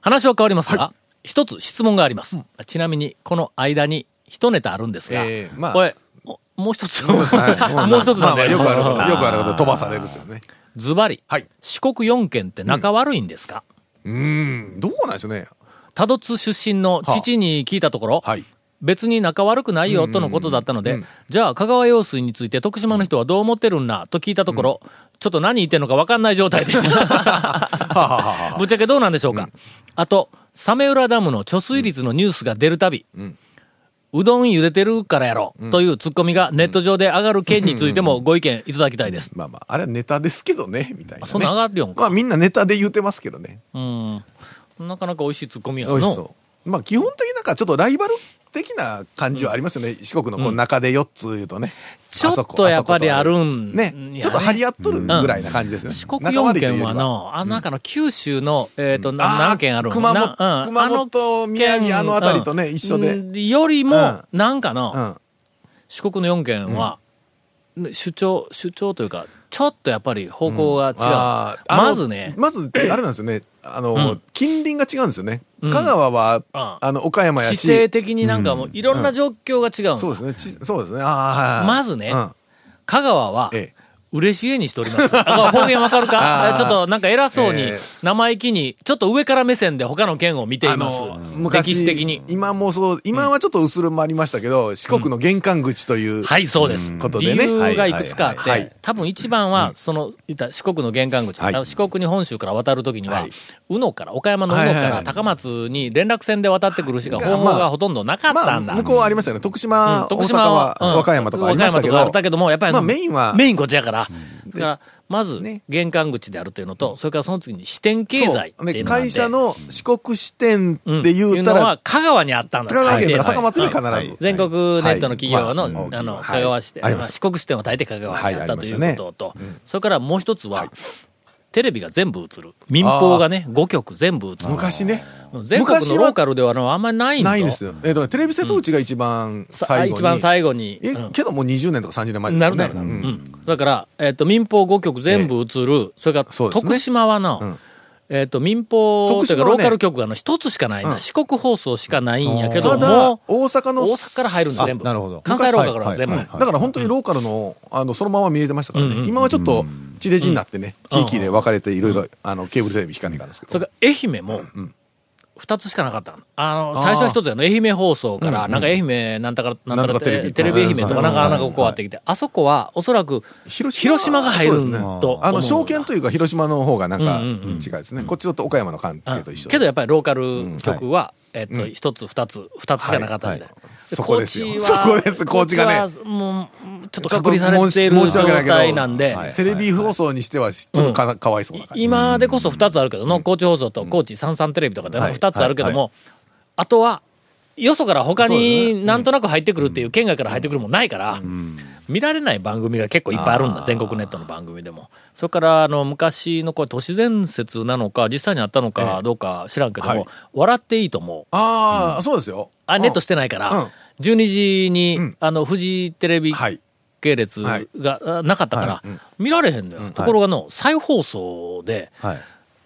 Speaker 3: 話は変わりますが、一つ質問があります。ちなみに、この間に一ネタあるんですが、
Speaker 5: えーまあ
Speaker 3: これ、おもう一つ、
Speaker 5: はい
Speaker 3: もう一つ
Speaker 5: ま
Speaker 3: なん
Speaker 5: あまあ
Speaker 3: だ
Speaker 5: よ
Speaker 3: よ。
Speaker 5: くあること、よくあること、飛ばされるというね。
Speaker 3: ズバリ
Speaker 5: はい、
Speaker 3: 四国四県って仲悪いんですか、
Speaker 5: うーん、どうなんでしょうね。
Speaker 3: 多度津出身の父に聞いたところ、
Speaker 5: はい。
Speaker 3: 別に仲悪くないよとのことだったので、じゃあ香川用水について徳島の人はどう思ってるんだと聞いたところ、ちょっと何言ってんのか分かんない状態で した。ぶっちゃけどうなんでしょうか。あと、サメ浦ダムの貯水率のニュースが出るたび、うどん茹でてるからやろ、というツッコミがネット上で上がる件についてもご意見いただきたいです。
Speaker 5: まあまあ、あれはネタですけどね、みたいな、ね。
Speaker 3: そんなん上がるよんか
Speaker 5: まあみんなネタで言うてますけどね。
Speaker 3: なかなか美味しいツッコミや
Speaker 5: 美
Speaker 3: の。
Speaker 5: 味しそう。まあ基本的になんかちょっとライバル的な感じはありますよね。四国のこう中で4つ言うとね。
Speaker 3: ちょっと
Speaker 5: あそこ
Speaker 3: やっぱりあるん
Speaker 5: ね
Speaker 3: やね
Speaker 5: ちょっと張り合っとるぐらいな感じですね。
Speaker 3: 四国
Speaker 5: 仲
Speaker 3: 四
Speaker 5: 悪いという
Speaker 3: 県
Speaker 5: よ
Speaker 3: は
Speaker 5: り
Speaker 3: の、あの中の九州の、えっ、と、な
Speaker 5: あー
Speaker 3: 何県あるの
Speaker 5: 熊本
Speaker 3: な
Speaker 5: 熊本
Speaker 3: の
Speaker 5: 宮城あの辺りとね
Speaker 3: うん
Speaker 5: 一緒で
Speaker 3: うんよりも、
Speaker 5: うん
Speaker 3: なんか
Speaker 5: う
Speaker 3: の、
Speaker 5: ん。
Speaker 3: 四国の四県は、主張、主張というか、ちょっとやっぱり方向が違う。
Speaker 5: あーあの
Speaker 3: まずね、
Speaker 5: まず、あれなんですよね。あの、近隣が違うんですよね。香川は、
Speaker 3: あ
Speaker 5: あの、岡山や
Speaker 3: 姿勢
Speaker 5: し。
Speaker 3: 的になんかもういろんな状況が違うの、
Speaker 5: そうですね。ちそうですね。ああ、はい
Speaker 3: まずね
Speaker 5: うん
Speaker 3: 香川は、
Speaker 5: ええ
Speaker 3: 嬉しげにしております。あ方言わかるか
Speaker 5: あー
Speaker 3: ちょっとなんか偉そうに、
Speaker 5: ええ
Speaker 3: 生意気に、ちょっと上から目線で他の県を見ています。
Speaker 5: 昔
Speaker 3: 歴史的に。
Speaker 5: 今もそう、今はちょっと薄るもありましたけど、四国の玄関口という、
Speaker 3: はい、そうです。
Speaker 5: ことでね
Speaker 3: 理由がいくつかあって、
Speaker 5: はいはいはい
Speaker 3: 多分一番は、その、言ったら四国の玄関口、
Speaker 5: はい
Speaker 3: 多分四国に本州から渡るときには、
Speaker 5: はい
Speaker 3: 宇野から、岡山の宇野
Speaker 5: はい
Speaker 3: か
Speaker 5: はいは
Speaker 3: ら
Speaker 5: い
Speaker 3: 高松に連絡船で渡ってくるしか
Speaker 5: が
Speaker 3: 方法
Speaker 5: ま
Speaker 3: が
Speaker 5: あ
Speaker 3: ほとんどなかったんだ。
Speaker 5: まあ、向こうはありましたよね。徳島、
Speaker 3: うん、徳島は、
Speaker 5: 大阪は、
Speaker 3: うん
Speaker 5: 和歌山とかありましたけど。
Speaker 3: 和歌山とかあったけども、やっぱり、
Speaker 5: まあメインは
Speaker 3: メインこっちやから。だから、まず
Speaker 5: ね、
Speaker 3: 玄関口であるというのと、それからその次に支店経済って
Speaker 5: そ
Speaker 3: いううの
Speaker 5: ね、
Speaker 3: があって
Speaker 5: 会社、の四国支店っ
Speaker 3: うん
Speaker 5: て言った
Speaker 3: いうの
Speaker 5: ら、
Speaker 3: は香川にあったんだ
Speaker 5: 香川県とか
Speaker 3: はい
Speaker 5: 高松に必ず。
Speaker 8: はい
Speaker 3: 全国ネットの企業の,、
Speaker 5: はいまあ
Speaker 3: あ、の
Speaker 5: はい
Speaker 3: 香川市で、
Speaker 5: あり
Speaker 3: ま
Speaker 5: ま
Speaker 3: あ
Speaker 5: し
Speaker 3: 四
Speaker 5: た
Speaker 3: 国支店は大体香川にあった
Speaker 5: はい
Speaker 3: と
Speaker 5: ありまし
Speaker 3: い
Speaker 5: たね
Speaker 3: うことと、それからもう一つは、テレビが全部映る民放がね5局全部映る
Speaker 5: 昔ね。
Speaker 3: 全国の
Speaker 5: 昔は
Speaker 3: ローカルではあのあんまりないんだ
Speaker 5: ないんですよ。えっ、とね、テレビ瀬戸内が一番最後に。
Speaker 3: 一番最後に、
Speaker 5: え、
Speaker 3: うん
Speaker 5: けどもう20年とか30年前です
Speaker 3: な
Speaker 5: よ
Speaker 3: る
Speaker 5: ね。
Speaker 3: なるなる、
Speaker 5: う
Speaker 3: うん
Speaker 5: ん
Speaker 3: だから、えっと民放5局全部映る、それから
Speaker 5: そうですね
Speaker 3: 徳島はな、
Speaker 5: ん
Speaker 3: えっと民放とい
Speaker 5: 徳
Speaker 3: う
Speaker 5: 島
Speaker 3: か
Speaker 5: は
Speaker 3: ロ
Speaker 5: ね
Speaker 3: ーカル局があの一つしかないんだ、
Speaker 5: うん
Speaker 3: 四国放送しかないんやけど
Speaker 5: ただ
Speaker 3: も、
Speaker 5: 大阪の、
Speaker 3: 大阪から入るんです全部
Speaker 8: あなるほど
Speaker 3: 関西ローカルは全部、
Speaker 8: はいはいはい
Speaker 5: だから本当にローカルの、あの、そのまま見えてましたからね。
Speaker 3: うんうん
Speaker 5: 今はちょっと、地デジになってね、地域で分かれていろいろ、あの、ケーブルテレビ引かねえかんですけ
Speaker 3: そ
Speaker 5: ど。
Speaker 3: れから愛媛も2つしかなかったのあの最初は1つやの愛媛放送からなんか愛媛なんたかなんた
Speaker 5: なん
Speaker 3: か
Speaker 5: とか
Speaker 3: テ
Speaker 5: テレ
Speaker 3: レ
Speaker 5: ビ
Speaker 3: ビテレビ愛媛とか
Speaker 5: うん
Speaker 3: なんかなんかこうあってきてあそこはおそらく広島が入る
Speaker 5: そうですね
Speaker 3: んと
Speaker 5: あの、証券というか広島の方がなんか、
Speaker 3: う
Speaker 5: 違
Speaker 3: ん
Speaker 5: いですね。こっちだと岡山の関係と一緒で。
Speaker 3: けどやっぱりローカル局はえっと1つ2つ2つしかなかったみたいな
Speaker 5: はいはいそこですよそこです高知がね
Speaker 3: 高知はもうちょっと隔離されている
Speaker 5: 申し
Speaker 3: 状
Speaker 5: 訳ないけど
Speaker 3: 態なんで
Speaker 5: はいテレビ放送にしてはちょっとか,、かわいそうな感じ。
Speaker 3: 今でこそ2つあるけどの、高知放送と高知三々テレビとかでも
Speaker 8: はい
Speaker 3: 2つあるけども、あとは、よそから他になんとなく入ってくるっていう、県外から入ってくるもんないから、見られない番組が結構いっぱいあるんだ、全国ネットの番組でも。それから、あの、昔のこれ都市伝説なのか、実際にあったのかどうか知らんけども、
Speaker 5: はい
Speaker 3: 笑っていいと思う。
Speaker 5: ああ、そうですよ。
Speaker 3: あ、ネット
Speaker 5: し
Speaker 3: してないから、
Speaker 5: うん
Speaker 3: 12時に、
Speaker 5: ん
Speaker 3: あの、フジテレビ
Speaker 5: はい
Speaker 3: 系列が、
Speaker 5: はい
Speaker 3: あなかったから、見られへんのよ。ところがの、再放送で、
Speaker 8: はい。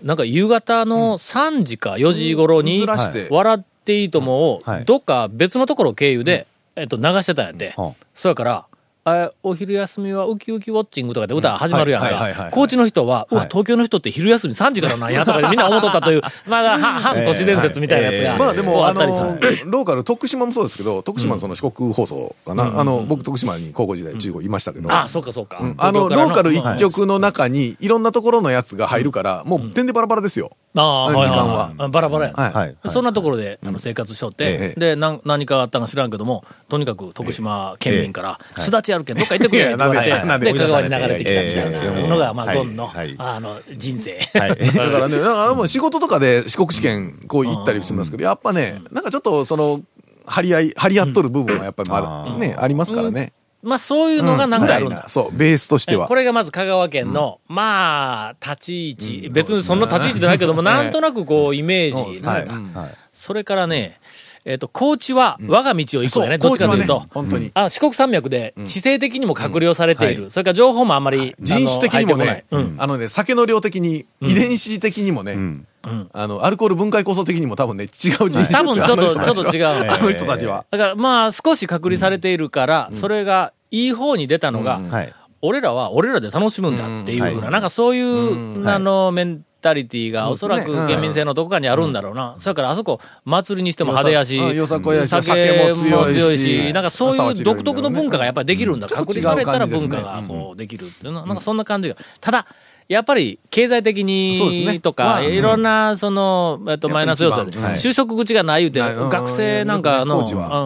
Speaker 3: なんか夕方の3時か4時頃に、
Speaker 5: ずらして
Speaker 3: 笑っていいともを
Speaker 8: は、い
Speaker 3: どっか別のところ経由で、えっと、流してたんやって
Speaker 8: うん。
Speaker 3: そやから、ああお昼休みはウキウキウォッチングとかで歌始まるやん
Speaker 8: はいはいはいは
Speaker 3: か
Speaker 8: い
Speaker 3: 高知の人は、うわ
Speaker 8: はい
Speaker 3: 東京の人って昼休み3時からなんやとかでみんな思っとったというまだは反都市伝説みたいなやつ
Speaker 8: え
Speaker 3: が
Speaker 8: ー
Speaker 5: まあでも、あ
Speaker 3: 終わ
Speaker 5: の
Speaker 3: ったりする、
Speaker 5: ローカル、徳島もそうですけど、徳島のその四国放送かな。あの、僕、徳島に高校時代中高いましたけど。
Speaker 3: ああそうかそうか、
Speaker 5: うんあの、ローカル一
Speaker 3: 曲
Speaker 5: 曲の中に、いろんなところのやつが入るから、もう点でバラバラですよ。
Speaker 3: ああ、
Speaker 5: 時間は
Speaker 3: はいいいバラバラや、
Speaker 5: はい
Speaker 8: はいはい
Speaker 3: そんなところであの生活しとって
Speaker 5: え、え
Speaker 3: でなん何かあったんか知らんけどもとにかく徳島県民から「すだちあるけんどっか行ってくれ」って言われて
Speaker 5: いやなんで
Speaker 3: で香
Speaker 5: なんで
Speaker 3: 川に流れてきた時代
Speaker 8: ええええええ
Speaker 3: のがまあ
Speaker 8: はい
Speaker 3: ゴンの
Speaker 8: はい
Speaker 3: あの人生。
Speaker 8: はい
Speaker 5: だからね、なんかもう仕事とかで四国試験こう行ったりしますけど、やっぱね、なんかちょっとその、張り合い、張り合っとる部分はやっぱりまだね、ありますからね。
Speaker 3: まあそういうのがなん
Speaker 5: ぐ
Speaker 3: からある
Speaker 5: い
Speaker 3: んだ
Speaker 5: な、。そう、ベースとしては
Speaker 3: こ。れがまず香川県の、まあ、立ち位置、別にそんな立ち位置じゃないけども、なんとなくこう、イメージ、
Speaker 8: はい
Speaker 5: うん
Speaker 8: はい
Speaker 3: それからね、えっ、と、高知は我が道を行くん
Speaker 5: そ
Speaker 3: だね、
Speaker 5: う、
Speaker 3: どっ
Speaker 5: 高
Speaker 3: ち
Speaker 5: 知
Speaker 3: かと
Speaker 5: は
Speaker 3: いう
Speaker 5: ね
Speaker 3: と。、
Speaker 5: 本当に。
Speaker 3: あ四国山脈で地勢的にも閣僚されている、それから情報もあんまり
Speaker 5: 人種的にもね、
Speaker 3: あの入ってこない
Speaker 5: あのね、酒の量的に、遺伝子的にもね、
Speaker 8: ん
Speaker 5: あの、アルコール分解酵素的にも多分ね、違う人種ですよ
Speaker 3: 多分ちょっと
Speaker 5: あの人たは
Speaker 3: ちょっと違う
Speaker 5: あの人たちは。
Speaker 3: だからまあ少し隔離されているから、それがいい方に出たのが、
Speaker 8: はい
Speaker 3: 俺らは俺らで楽しむんだっていうふうな、
Speaker 8: うんはい
Speaker 3: なんかそういう、
Speaker 8: ん
Speaker 3: あのメンタリティーがおそら
Speaker 5: そうです
Speaker 3: く
Speaker 5: ね
Speaker 3: 県民性のどこかにあるんだろうな、それからあそこ祭りにしても派手やし
Speaker 5: うんよさこやし
Speaker 3: 酒
Speaker 5: 酒
Speaker 3: も
Speaker 5: も
Speaker 3: 強
Speaker 5: 強
Speaker 3: い
Speaker 5: いし
Speaker 3: しなんかそういう独特の文化がやっぱりできるんだ、
Speaker 5: うん
Speaker 3: 隔離されたら
Speaker 5: ちょっと
Speaker 3: 文
Speaker 5: 違う
Speaker 3: 化
Speaker 5: 感じですね
Speaker 3: がこうできるっていうのはなんかそんな感じがただやっぱり経済的
Speaker 5: そうです
Speaker 3: に
Speaker 5: ね
Speaker 3: とか、
Speaker 5: まあうん
Speaker 3: いろんなその、えっと、マイナス要素で、
Speaker 5: やっぱ一番はい
Speaker 3: 就職口がない言うて、
Speaker 5: ないうん
Speaker 3: 学生なんかの、
Speaker 5: 高知は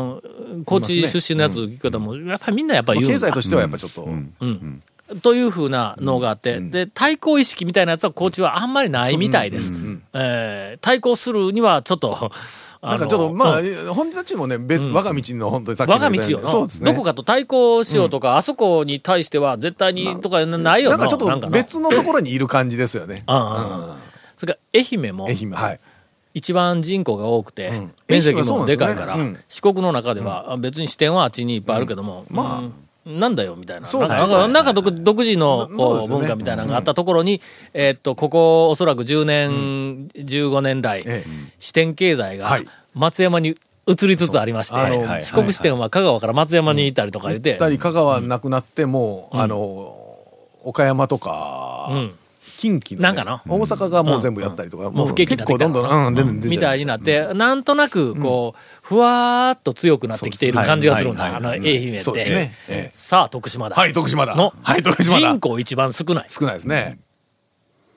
Speaker 3: うん高知出身のやつ聞く方も、やっぱりみんなやっぱ言うんだ
Speaker 5: 経済としてはやっぱちょっと、
Speaker 3: というふうなのがあって、で、対抗意識みたいなやつは、コーチはあんまりないみたいです。えー対抗するには、ちょっと、
Speaker 5: な
Speaker 3: あ
Speaker 5: ん
Speaker 3: の
Speaker 5: かちょっと、
Speaker 3: う
Speaker 5: まあ
Speaker 3: ん、
Speaker 5: 本人たちもね、別我が道の本当にさっき
Speaker 3: 我が
Speaker 5: の
Speaker 3: 道を
Speaker 5: そう
Speaker 3: の、
Speaker 5: ですね。
Speaker 3: どこかと対抗しようとか、あそこに対しては絶対にとかないよ
Speaker 5: な
Speaker 3: な。
Speaker 5: んかち
Speaker 3: な
Speaker 5: ょっ
Speaker 3: んか
Speaker 5: と
Speaker 3: な
Speaker 5: 別のところにいる感じですよね。
Speaker 3: うんうんうんそれから愛媛も
Speaker 5: 愛媛、はい。
Speaker 3: 一番人口が多くて
Speaker 5: ん、
Speaker 3: 面積もでかいから
Speaker 5: 愛媛はそうなんですよねうん、
Speaker 3: 四国の中ではあ別に支店はあっちにいっぱいあるけども、
Speaker 5: まあ
Speaker 3: うんなんだよみたいな。
Speaker 5: そ
Speaker 3: な
Speaker 5: う
Speaker 3: んか
Speaker 5: そう
Speaker 3: なんかなんか独独自の
Speaker 5: なそう
Speaker 3: こ
Speaker 5: で
Speaker 3: う
Speaker 5: すよね
Speaker 3: 文化みたいなのがあったところに、えーっと、ここおそらく10年、15年来
Speaker 5: ええ、
Speaker 3: 支店経済が
Speaker 5: はい
Speaker 3: 松山に移りつつありまし
Speaker 5: そうあの
Speaker 3: て、四国支店は香川から松山に行ったりとか言って、
Speaker 5: たり香川なくなっても、あの、岡山とか、
Speaker 3: ん
Speaker 5: 近畿の、ね、
Speaker 3: なんかな
Speaker 5: 大阪がもう全部やったりとか、
Speaker 3: もう不景気にな
Speaker 5: 結
Speaker 3: ってき
Speaker 5: 構
Speaker 3: た
Speaker 5: どんどん、うん、出て出て
Speaker 3: みたいになって、なんとなく、こう、ふわーっと強くなってきている感じがするんだ、あの、愛媛っ
Speaker 5: そうです
Speaker 3: て
Speaker 5: ね。。ええ
Speaker 3: さあ、徳島だ。
Speaker 5: はい、徳島だ。
Speaker 3: の
Speaker 5: はい、徳島だ
Speaker 3: 人。口一番少ない。
Speaker 5: 少ないですね。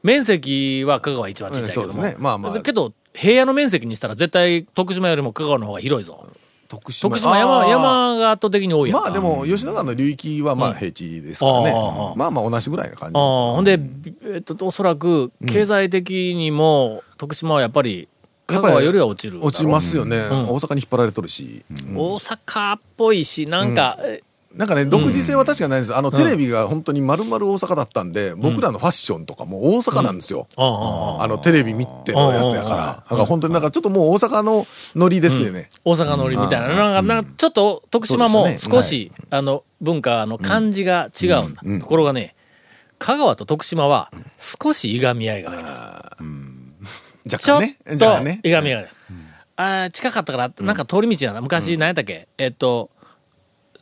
Speaker 3: 面積は香川一番ちっちゃいけども、
Speaker 5: うんそうですねまあまあ
Speaker 3: だけど、平野の面積にしたら絶対徳島よりも香川の方が広いぞ。
Speaker 5: 徳島
Speaker 3: 徳島山、
Speaker 5: あー
Speaker 3: 山が圧倒的に多いやん
Speaker 5: ま
Speaker 3: か。
Speaker 5: あでも、吉野川の流域はまあ平地ですから
Speaker 3: あ
Speaker 5: ね。
Speaker 3: ー
Speaker 5: まあまあ同じぐらいな感じ。
Speaker 3: あー。ほんで、えっと、おそらく、経済的にも、徳島はやっぱり、香川よりは落ちるだろう。
Speaker 5: 落ちますよね、
Speaker 3: ん
Speaker 5: 大阪に引っ張られとるし。
Speaker 3: 大阪っぽいし、なんか、え
Speaker 5: なんかね、独自性は確かないんです。あの、テレビが本当に丸々大阪だったんで、僕らのファッションとかも大阪なんですよ。
Speaker 3: ああああ
Speaker 5: あの、テレビ見てのやつやから。なんか本当になんかちょっともう大阪のノリですよね。
Speaker 3: 大阪のりみたいな、なんか、なんかちょっと徳島
Speaker 5: そう
Speaker 3: も
Speaker 5: ですね
Speaker 3: 少し、あの、文化の感じが違うんだ。ところがね、香川と徳島は少しいがみ合いがあります。
Speaker 5: 若
Speaker 3: ちょ
Speaker 5: 干
Speaker 3: っ
Speaker 5: ね。
Speaker 3: と
Speaker 5: 若干ね。
Speaker 3: いがみ合いがあります。あー近かったから、なんか通り道やな。昔、何やったっけえっと、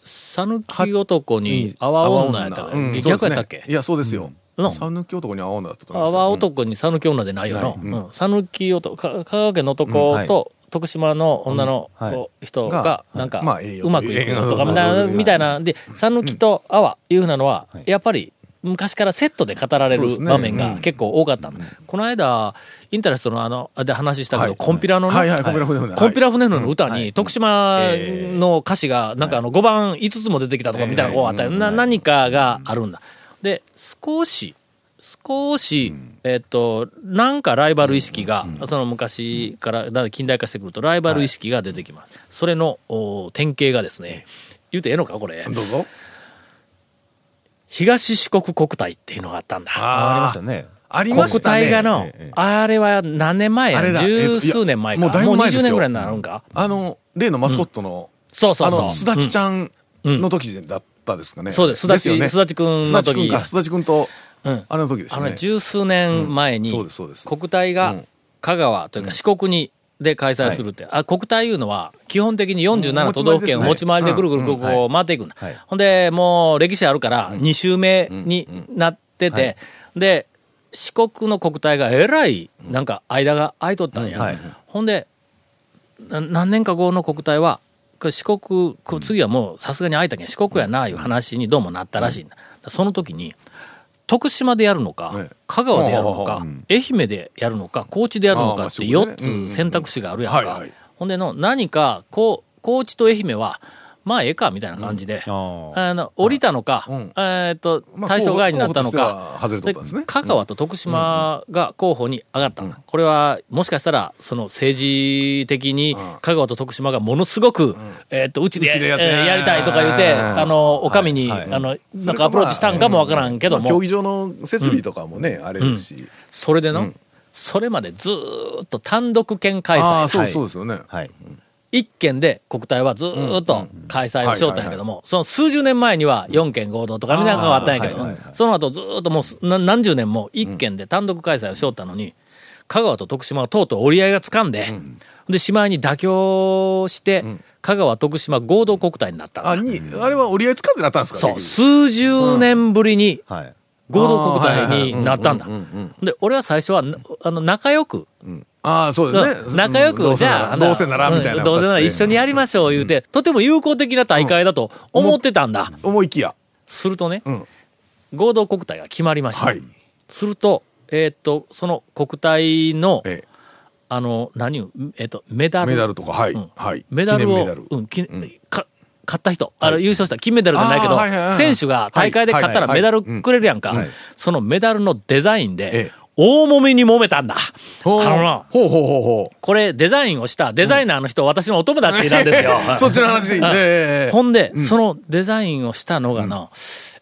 Speaker 3: 讃岐男に阿波女やったか
Speaker 5: う
Speaker 3: ら、
Speaker 5: ん
Speaker 3: 逆やったっ
Speaker 5: そうで
Speaker 3: け
Speaker 5: すねいや、そうですよ。
Speaker 3: の
Speaker 5: 三抜き男に泡女だったと思
Speaker 3: 阿
Speaker 5: います
Speaker 3: 波
Speaker 5: よ。
Speaker 3: 男に讃岐女でないよ
Speaker 5: ない
Speaker 3: の。うん讃岐男、か香川県の男
Speaker 8: うん
Speaker 3: と徳島の女の
Speaker 8: うんはい
Speaker 3: こう人が
Speaker 5: が、
Speaker 3: なんか
Speaker 5: まあ栄、養
Speaker 3: うまくいくとかみ
Speaker 5: 栄
Speaker 3: たいな、
Speaker 5: 養
Speaker 3: みたい な。で、讃岐と阿波いうふうなのは、やっぱり、昔からセットで語られ
Speaker 5: そうで
Speaker 3: る
Speaker 5: すね
Speaker 3: 場面が結構多かったの。この間、インタレストのあの、で話したけ
Speaker 5: は
Speaker 3: ど、
Speaker 5: い
Speaker 3: コンピラのね
Speaker 5: はいはい、コンピラ船船。
Speaker 3: コンピラ船の歌に、徳島
Speaker 8: えー
Speaker 3: の歌詞が、なんかあの、5番、5つも出てきたとかみたいなのがあったよな何かがあるんだ。で、少し、少し、えっと、なんかライバル意識が、その昔から、だから近代化してくると、ライバル意識が出てきます。それの、お典型がですね、言うてええのか、これ。
Speaker 5: どうぞ。
Speaker 3: 東四国国体っていうのがあったんだ。
Speaker 8: あありましたね
Speaker 5: あり
Speaker 3: 国
Speaker 5: ました
Speaker 3: 体
Speaker 5: ね。
Speaker 3: がの
Speaker 8: ええ、
Speaker 3: あれは何年前や
Speaker 5: あれだ
Speaker 3: 十数年前か。
Speaker 5: え
Speaker 3: も
Speaker 5: っ
Speaker 3: う
Speaker 5: といやもうだいぶ前です
Speaker 3: 20
Speaker 5: よ
Speaker 3: 年ぐらいになるんか。
Speaker 5: あの、例のマスコットの、
Speaker 3: そうそう
Speaker 5: あ
Speaker 3: そう。
Speaker 5: の、すだちちゃんの時だったですかね。
Speaker 3: そうです。すだ
Speaker 5: よね
Speaker 3: ち、すだちくん
Speaker 5: す
Speaker 3: の
Speaker 5: だちく
Speaker 3: 時
Speaker 5: ん。か、すだちくんと、
Speaker 3: うん
Speaker 5: あれの時でし
Speaker 3: あ
Speaker 5: た
Speaker 3: のね
Speaker 5: ね。
Speaker 3: 十数年前に
Speaker 5: うんそうですそうで、す
Speaker 3: 国体が
Speaker 5: うん
Speaker 3: 香川というか四国にで開催するって、あ国体いうのは基本的に47都道府県を持ち回りでぐるぐるぐるぐるこう回っていくんだ、
Speaker 8: はい
Speaker 3: ほんでもう歴史あるから2周目になってて、で四国の国体がえらいなんか間が空いとったんや、
Speaker 8: はい
Speaker 3: ほんでな何年か後の国体はこれ四国こ次はもうさすがに空いたけん四国やないう話にどうもなったらしいんだ、その時に徳島でやるのか、
Speaker 5: はい
Speaker 3: 香川でやるの
Speaker 5: あああ
Speaker 3: か、愛媛でやるのか高知でやるのかって
Speaker 5: ああまあそうね
Speaker 3: 4つ選択肢があるやん
Speaker 5: うんはい
Speaker 3: か
Speaker 5: はい
Speaker 3: ほんでの何かこう高知と愛媛はまあええかみたいな感じで、
Speaker 8: ああ
Speaker 3: あの降りたのか、
Speaker 5: うん
Speaker 3: えーっと
Speaker 5: まあ
Speaker 3: 対象外になったの
Speaker 5: 候補
Speaker 3: か、
Speaker 5: 候補としては外れとったんですね
Speaker 3: で香川と徳島が候補に上がった、これはもしかしたらその政治的に香川と徳島がものすごく、えーっとうちで
Speaker 5: うちでやって
Speaker 3: えーやりたいとか言って
Speaker 5: うん
Speaker 3: あのお上に、あのなんかアプローチしたんかもわからんけども、
Speaker 5: まあ競技場の設備とかもね、あれですし、
Speaker 3: それでの、それまでずーっと単独県開
Speaker 5: あ
Speaker 3: 催
Speaker 5: あそう
Speaker 8: い
Speaker 5: そうですよね、
Speaker 8: はい
Speaker 3: 1県で国体はずーっと開催をしよったんやけども、その数十年前には4県合同とかみたいなのがあったんやけど、
Speaker 5: あーはいはい
Speaker 3: その後ずーっともうすな何十年も1県で単独開催をしよったのに、香川と徳島はとうとう折り合いがつかんで、で、しまいに妥協して、香川、徳島合同国体になったの
Speaker 5: あにあれは折り合いつかんでなったんですか
Speaker 3: そう、
Speaker 5: 結
Speaker 3: 数十年ぶりに
Speaker 8: はい
Speaker 3: 合同国体になったんだ。で、俺は最初は、なあの、仲良く、
Speaker 5: 局ああそうですね
Speaker 3: 仲良く、じゃあ、
Speaker 5: どうせならみたいな、
Speaker 3: うんどうせなら一緒にやりましょう言うて、とても有効的な大会だと思ってたんだ。
Speaker 5: 思いきや
Speaker 3: するとね、
Speaker 5: ん
Speaker 3: 合同国体が決まりました。
Speaker 5: はい
Speaker 3: すると、えーっと、その国体の、
Speaker 5: ええ
Speaker 3: あの、何を、えーっと、メダル。
Speaker 5: メダルとかはい、
Speaker 3: うん
Speaker 5: はい
Speaker 3: メダル
Speaker 5: 記
Speaker 3: を、
Speaker 5: 念メダル
Speaker 3: うん、きか勝った人、あの優勝した金メダルじゃないけど、
Speaker 5: あーはいはいはい
Speaker 3: 選手が大会で勝ったら
Speaker 5: はい
Speaker 3: メ
Speaker 5: は
Speaker 3: ダ
Speaker 5: いはい
Speaker 3: ルくれるやんか、
Speaker 5: うんはい
Speaker 3: そのメダルのデザインで、
Speaker 5: ええ
Speaker 3: 大揉みに揉めたんだ。あ
Speaker 5: ほう
Speaker 3: のな、
Speaker 5: ほうほうほうほ
Speaker 3: これデザインをしたデザイナーの人、私のお友達なんですよ。
Speaker 5: うそっちの話でいいねええ
Speaker 3: ほんで、そのデザインをしたのがな、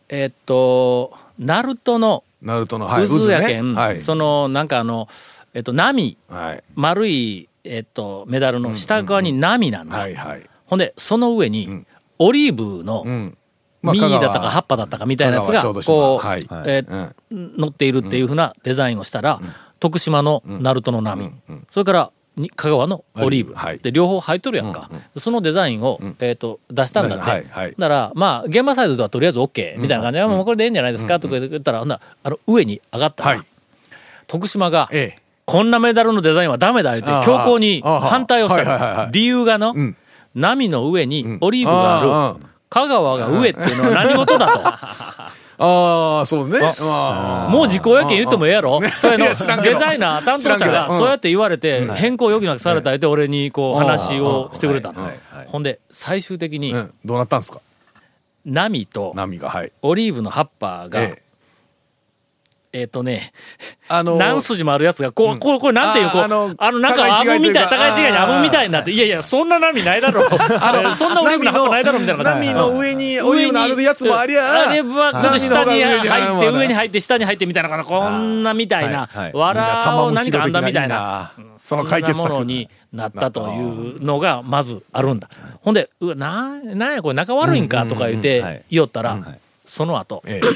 Speaker 3: えーっと、ナルトの
Speaker 5: ナルトのはい
Speaker 3: 渦やけ
Speaker 5: ね
Speaker 3: ん、
Speaker 5: はい
Speaker 3: そのなんかあの、えーっと、波、
Speaker 5: はい
Speaker 3: 丸い、えーっと、メダルの下側に波なんだ。
Speaker 5: はいはい
Speaker 3: ほんで、その上に、オリーブの、
Speaker 5: うん
Speaker 3: 実
Speaker 5: 香川
Speaker 3: だったか葉っぱだったかみたいなやつが、
Speaker 5: 香川小豆島
Speaker 3: こう、
Speaker 5: はい
Speaker 3: えー乗っているっていうふうなデザインをしたら、徳島の鳴門の波、それからに香川のオリーブ、
Speaker 5: オリーブはい
Speaker 3: で両方入っとるやんか、そのデザインを、えー、と出したんだって、
Speaker 5: 出したはいはい
Speaker 3: だからまあ現場サイドではとりあえず OK みたいな感じで、あもうこれでいいんじゃないですかとか言ったら、ほんならあの上に上がったら、
Speaker 5: はい
Speaker 3: 徳島が、
Speaker 5: ええ
Speaker 3: こんなメダルのデザインはダメだ言って
Speaker 5: ああ
Speaker 3: 強硬に
Speaker 5: ああ
Speaker 3: 反対をし
Speaker 5: はいはいはい
Speaker 3: た
Speaker 5: はい
Speaker 3: 理由がの、
Speaker 5: ん
Speaker 3: 波の上にオリーブがある、
Speaker 5: うんああうん
Speaker 3: 香川が上っていうのは何事 だ
Speaker 5: ああそうねあ
Speaker 3: ともう時効やけん言ってもええやろそれの
Speaker 5: い
Speaker 3: デ
Speaker 5: や知らんけど
Speaker 3: ザイナー担当
Speaker 5: 知
Speaker 3: 者
Speaker 5: らん
Speaker 3: が
Speaker 5: けどうん
Speaker 3: そうやって言われて変更を余儀なくされたって俺にこう話をしてくれたの
Speaker 8: はいはい
Speaker 3: ほんで最終的
Speaker 5: あ
Speaker 3: に
Speaker 5: うんどうなったんですか
Speaker 3: 波と
Speaker 5: 波がはい
Speaker 3: オリーブの葉っぱが
Speaker 5: ええ
Speaker 3: えっとね
Speaker 5: あのー
Speaker 3: 何筋もあるやつがこうこうこれなんていうこう
Speaker 5: あーあの
Speaker 3: あのなんかア
Speaker 5: 互い違
Speaker 3: ブ
Speaker 5: いと
Speaker 3: み
Speaker 5: いうか
Speaker 3: たい互い違いに
Speaker 5: あー
Speaker 3: アブみたいになっていやいやそんな波ないだ ろそんなオリーブの葉っぱないだろみたいな感じ
Speaker 5: 波の上にオリーブのあるやつもありゃ
Speaker 3: あれは今度
Speaker 5: 波の
Speaker 3: 下
Speaker 5: 方が
Speaker 3: に
Speaker 5: 上ある
Speaker 3: 入
Speaker 5: も
Speaker 3: っ
Speaker 5: ん
Speaker 3: て
Speaker 5: ね
Speaker 3: 上に入って下に入ってみたいなかなこんなみたいな
Speaker 8: はいはい
Speaker 5: いいな
Speaker 3: 藁
Speaker 5: 玉
Speaker 3: を何
Speaker 5: 虫
Speaker 3: か編んだ
Speaker 5: 的
Speaker 3: みたいな。
Speaker 5: その解決
Speaker 3: そんなもの
Speaker 5: 策
Speaker 3: になったというのがまずあるんだ。ほんで、うわ、な、なんやこれ仲悪いんかとか言っ
Speaker 8: うんうんうんは
Speaker 3: て
Speaker 8: い
Speaker 3: 言おったら
Speaker 8: はい、
Speaker 3: その後、
Speaker 5: ええ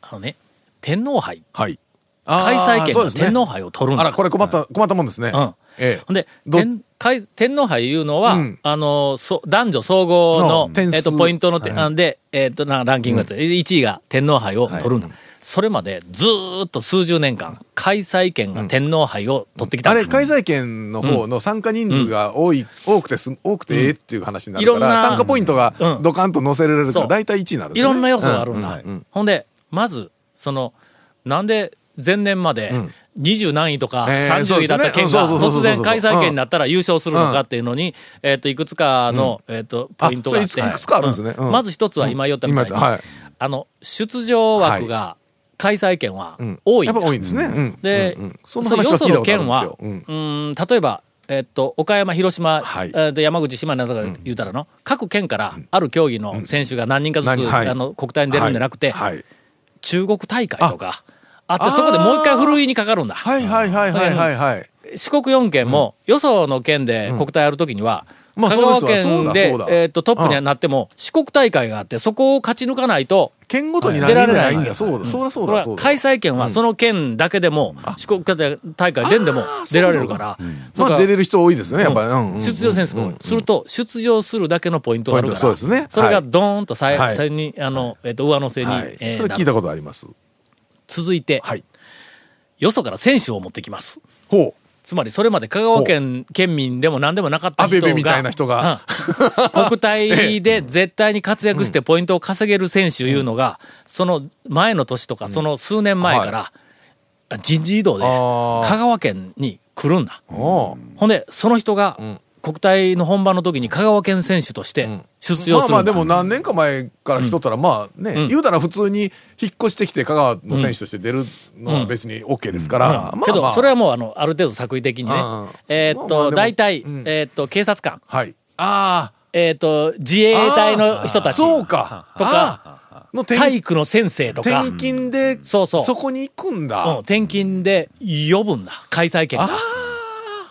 Speaker 3: あのね、天皇杯、
Speaker 5: はい
Speaker 3: 開催権
Speaker 5: そう
Speaker 3: の
Speaker 5: ですね
Speaker 3: 天皇杯を取るん
Speaker 5: あ
Speaker 3: だ。
Speaker 5: らこれ困った困ったもんですね
Speaker 3: うん
Speaker 5: え
Speaker 3: ほんで、
Speaker 5: ど
Speaker 3: 天開天皇杯いうのは、
Speaker 5: うん
Speaker 3: あの、そ男女総合の
Speaker 5: の、点数
Speaker 3: えっ、と、ポイントの点、なんで、えっ、と、なランキングがついて、1位が天皇杯を取るんだ。それまでずーっと数十年間、開催権が天皇杯を取ってきた
Speaker 5: あ
Speaker 3: んだ、
Speaker 5: れ開催権の方の参加人数が多い、多くてす多くてええっていう話になる
Speaker 3: いろん
Speaker 5: か
Speaker 3: な
Speaker 5: ら参加ポイントが
Speaker 3: うん
Speaker 5: ドカンと載せられる
Speaker 3: そ
Speaker 5: と
Speaker 3: う
Speaker 5: 大体1位になるんで
Speaker 3: い
Speaker 5: すね
Speaker 3: ろんな要素があるんだ。
Speaker 8: うん
Speaker 3: ほんで、まず、その、なんで前年まで
Speaker 5: ん
Speaker 3: 二十何位とか
Speaker 5: えー
Speaker 3: 三十位だった県が
Speaker 5: そうですねうんそうそうそ
Speaker 3: 突
Speaker 5: うそうそう
Speaker 3: 然開催権になったら優勝するのかっていうのに、えっと、いくつかの、えっと、ポイントがあっ
Speaker 5: あそ
Speaker 3: て。
Speaker 5: れいくいくつかあるんですね
Speaker 3: う
Speaker 5: うん
Speaker 3: まず一つは今言ったみたいに、
Speaker 5: 今言った
Speaker 3: あの、出場枠が、開催権は
Speaker 5: うん
Speaker 3: 多いん
Speaker 5: やっ
Speaker 3: だ。
Speaker 5: ぱ多いんですね、うん
Speaker 3: で、
Speaker 5: うんうん
Speaker 3: そ
Speaker 5: そ
Speaker 3: の
Speaker 5: の話は聞
Speaker 3: よその
Speaker 5: いたことある
Speaker 3: 県
Speaker 5: んです
Speaker 3: は
Speaker 5: よ、、うん
Speaker 3: うん、例えば、えっと、岡山、広島、
Speaker 5: はい
Speaker 3: えっと山口、島根とか言うたらの、各県からある競技の選手が何人かずつ、
Speaker 5: 何はい
Speaker 3: あの国体に出るんじゃなくて、
Speaker 5: はい
Speaker 3: 中国大会とか、あって、そこでもう一回ふるいにかかるんだ。
Speaker 5: はいはいはいはいはいはい
Speaker 3: 四国4県も、よその県で国体やるときには、
Speaker 5: まあ
Speaker 3: 香
Speaker 5: そ
Speaker 3: 川
Speaker 5: うですわそう
Speaker 3: 県
Speaker 5: だ
Speaker 3: で、
Speaker 5: そうだ
Speaker 3: えー、とトップにはなっても、四国大会があってそこを勝ち抜かないと
Speaker 5: 県ごとに
Speaker 3: は
Speaker 5: 何
Speaker 3: い
Speaker 5: 人でない
Speaker 3: 出られな
Speaker 5: ん
Speaker 3: い
Speaker 5: だそうだそうだそう
Speaker 3: これ
Speaker 5: だ
Speaker 3: は
Speaker 5: そうだ
Speaker 3: 開催権はその県だけでも、四国大会出んでも出られるから、そ
Speaker 5: ま
Speaker 3: うか
Speaker 5: あ出れる人多いですねやっぱり
Speaker 3: う
Speaker 5: うん
Speaker 3: ん
Speaker 5: うん
Speaker 3: 出場選手が多いすると出場するだけのポイントがあるから
Speaker 5: ポイントそうですね
Speaker 3: それ
Speaker 5: は
Speaker 3: が
Speaker 5: い
Speaker 3: ドーンとさい
Speaker 5: はい
Speaker 3: さいにあの、えっと上乗せに、
Speaker 5: はいそ
Speaker 3: え
Speaker 5: れ
Speaker 3: ーな
Speaker 5: 聞いたことあります
Speaker 3: 続いて、
Speaker 5: はい
Speaker 3: よそから選手を持ってきます
Speaker 5: ほう
Speaker 3: つまりそれまで香川県県民でも何でもなかった人が
Speaker 5: アベベみたいな人が
Speaker 3: うん国体で絶対に活躍してポイントを稼げる選手いうのが、その前の年とかその数年前から、人事異動で
Speaker 5: あー
Speaker 3: 香川県に来るんだ
Speaker 5: おう
Speaker 3: ほんでその人が
Speaker 5: ん
Speaker 3: 国体の本番の時に香川県選手として出場
Speaker 5: ます
Speaker 3: る
Speaker 5: あ
Speaker 3: んだ、
Speaker 5: まあでも何年か前から来とったらまあね言うたら普通に引っ越してきて香川の選手として出るのは別に OK ですからまあまあ
Speaker 3: けどそれはもうあのある程度作為的にね、
Speaker 5: うん
Speaker 3: えーっと、
Speaker 5: まあまあでも
Speaker 3: 大体、
Speaker 5: うん
Speaker 3: えーっと警察官
Speaker 5: はいあ
Speaker 3: えーっと自衛隊の人
Speaker 5: あ
Speaker 3: たち
Speaker 5: そうか
Speaker 3: とか
Speaker 5: あーの転
Speaker 3: 体育の先生とか、
Speaker 5: 転勤で
Speaker 3: そうそう
Speaker 5: そこに行くん
Speaker 3: うん
Speaker 5: だ
Speaker 3: 転勤で呼ぶんだ開催権が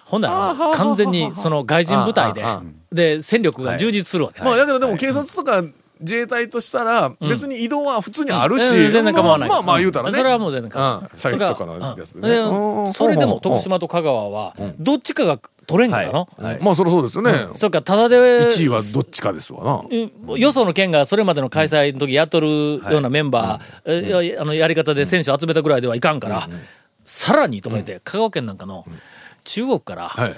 Speaker 3: ほんならもう完全にその外人部隊で
Speaker 5: あーあ
Speaker 3: で戦力が充実するわけ、
Speaker 5: まあだけどでも警察とか自衛隊としたら別に移動は普通にあるし
Speaker 3: うん全然構わない
Speaker 5: まあまあ言うたらね
Speaker 3: それはもう全然構わない
Speaker 5: うん射撃とかのやつでね
Speaker 3: うん
Speaker 5: うん
Speaker 3: それでも徳島と香川はどっちかが取れんからの、
Speaker 5: うんまあそりゃそうですよね
Speaker 3: それからただで
Speaker 5: 1位はどっちかですわな
Speaker 3: うんよその県がそれまでの開催の時やっとるようなメンバー、えいやあのやり方で選手集めたぐらいではいかんから、さらにとめて、香川県なんかの中国から
Speaker 5: はい、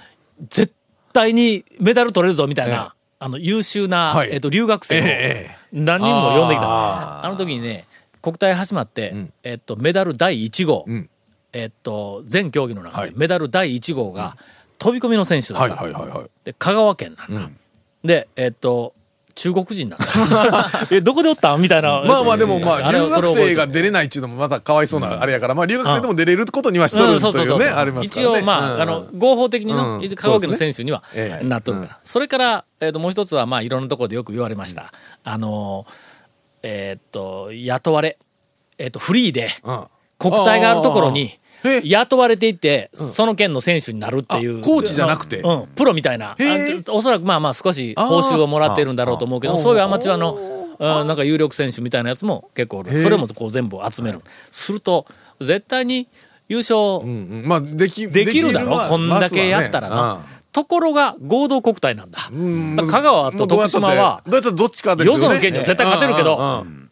Speaker 3: 絶対にメダル取れるぞみたいな、あの優秀な、
Speaker 5: はい
Speaker 3: えっと留学生を
Speaker 5: ええええ
Speaker 3: 何人も呼んできた、あの時にね、国体始まって、
Speaker 5: ん
Speaker 3: えっとメダル第1号、
Speaker 5: ん
Speaker 3: えっと全競技の中
Speaker 5: は
Speaker 3: で
Speaker 5: い
Speaker 3: メダル第1号が、飛び込みの選手だった
Speaker 5: は
Speaker 3: の
Speaker 5: いはいはいはい
Speaker 3: で香川県なんだ、でえっと中国人なん だ えどこでおったんみたいな
Speaker 5: まあまあでもまあ
Speaker 3: れ
Speaker 5: 留学生が
Speaker 3: それを覚えて
Speaker 5: 出れないっていうのもまたかわいそうなあれやからまあ留学生でも出れることにはしと
Speaker 3: う
Speaker 5: る
Speaker 3: んそう
Speaker 5: と
Speaker 3: そう
Speaker 5: い
Speaker 3: そうう
Speaker 5: ねありますからね
Speaker 3: 一応まあ,、あの合法的にの、
Speaker 5: うん
Speaker 3: 香川県の選手には
Speaker 5: そうですねええ
Speaker 3: なっとるから、それから、えっともう一つはまあいろんなところでよく言われました、あのえっと雇われ、えっとフリーで
Speaker 5: うん
Speaker 3: 国体があるところに
Speaker 5: あーえ
Speaker 3: 雇われていって、その県の選手になるっていう。
Speaker 5: あコーチじゃなくて
Speaker 3: うん、プロみたいな。あ
Speaker 5: へー
Speaker 3: ちょおそらくまあまあ少し報酬をもらってるんだろうと思うけど、そういうアマチュアの、うんなんか有力選手みたいなやつも結構おる。それもこう全部集める。すると、絶対に優勝
Speaker 5: うんうんまあでき
Speaker 3: できるだろ、
Speaker 5: は
Speaker 3: こんだけやったら
Speaker 5: ま
Speaker 3: な。ところが合同国体なんだ。だから香川と徳島は
Speaker 5: ずはねうんもう、どうやったってどうやったらどっちかですよね
Speaker 3: よその県には絶対勝てるけど
Speaker 5: うんうんうん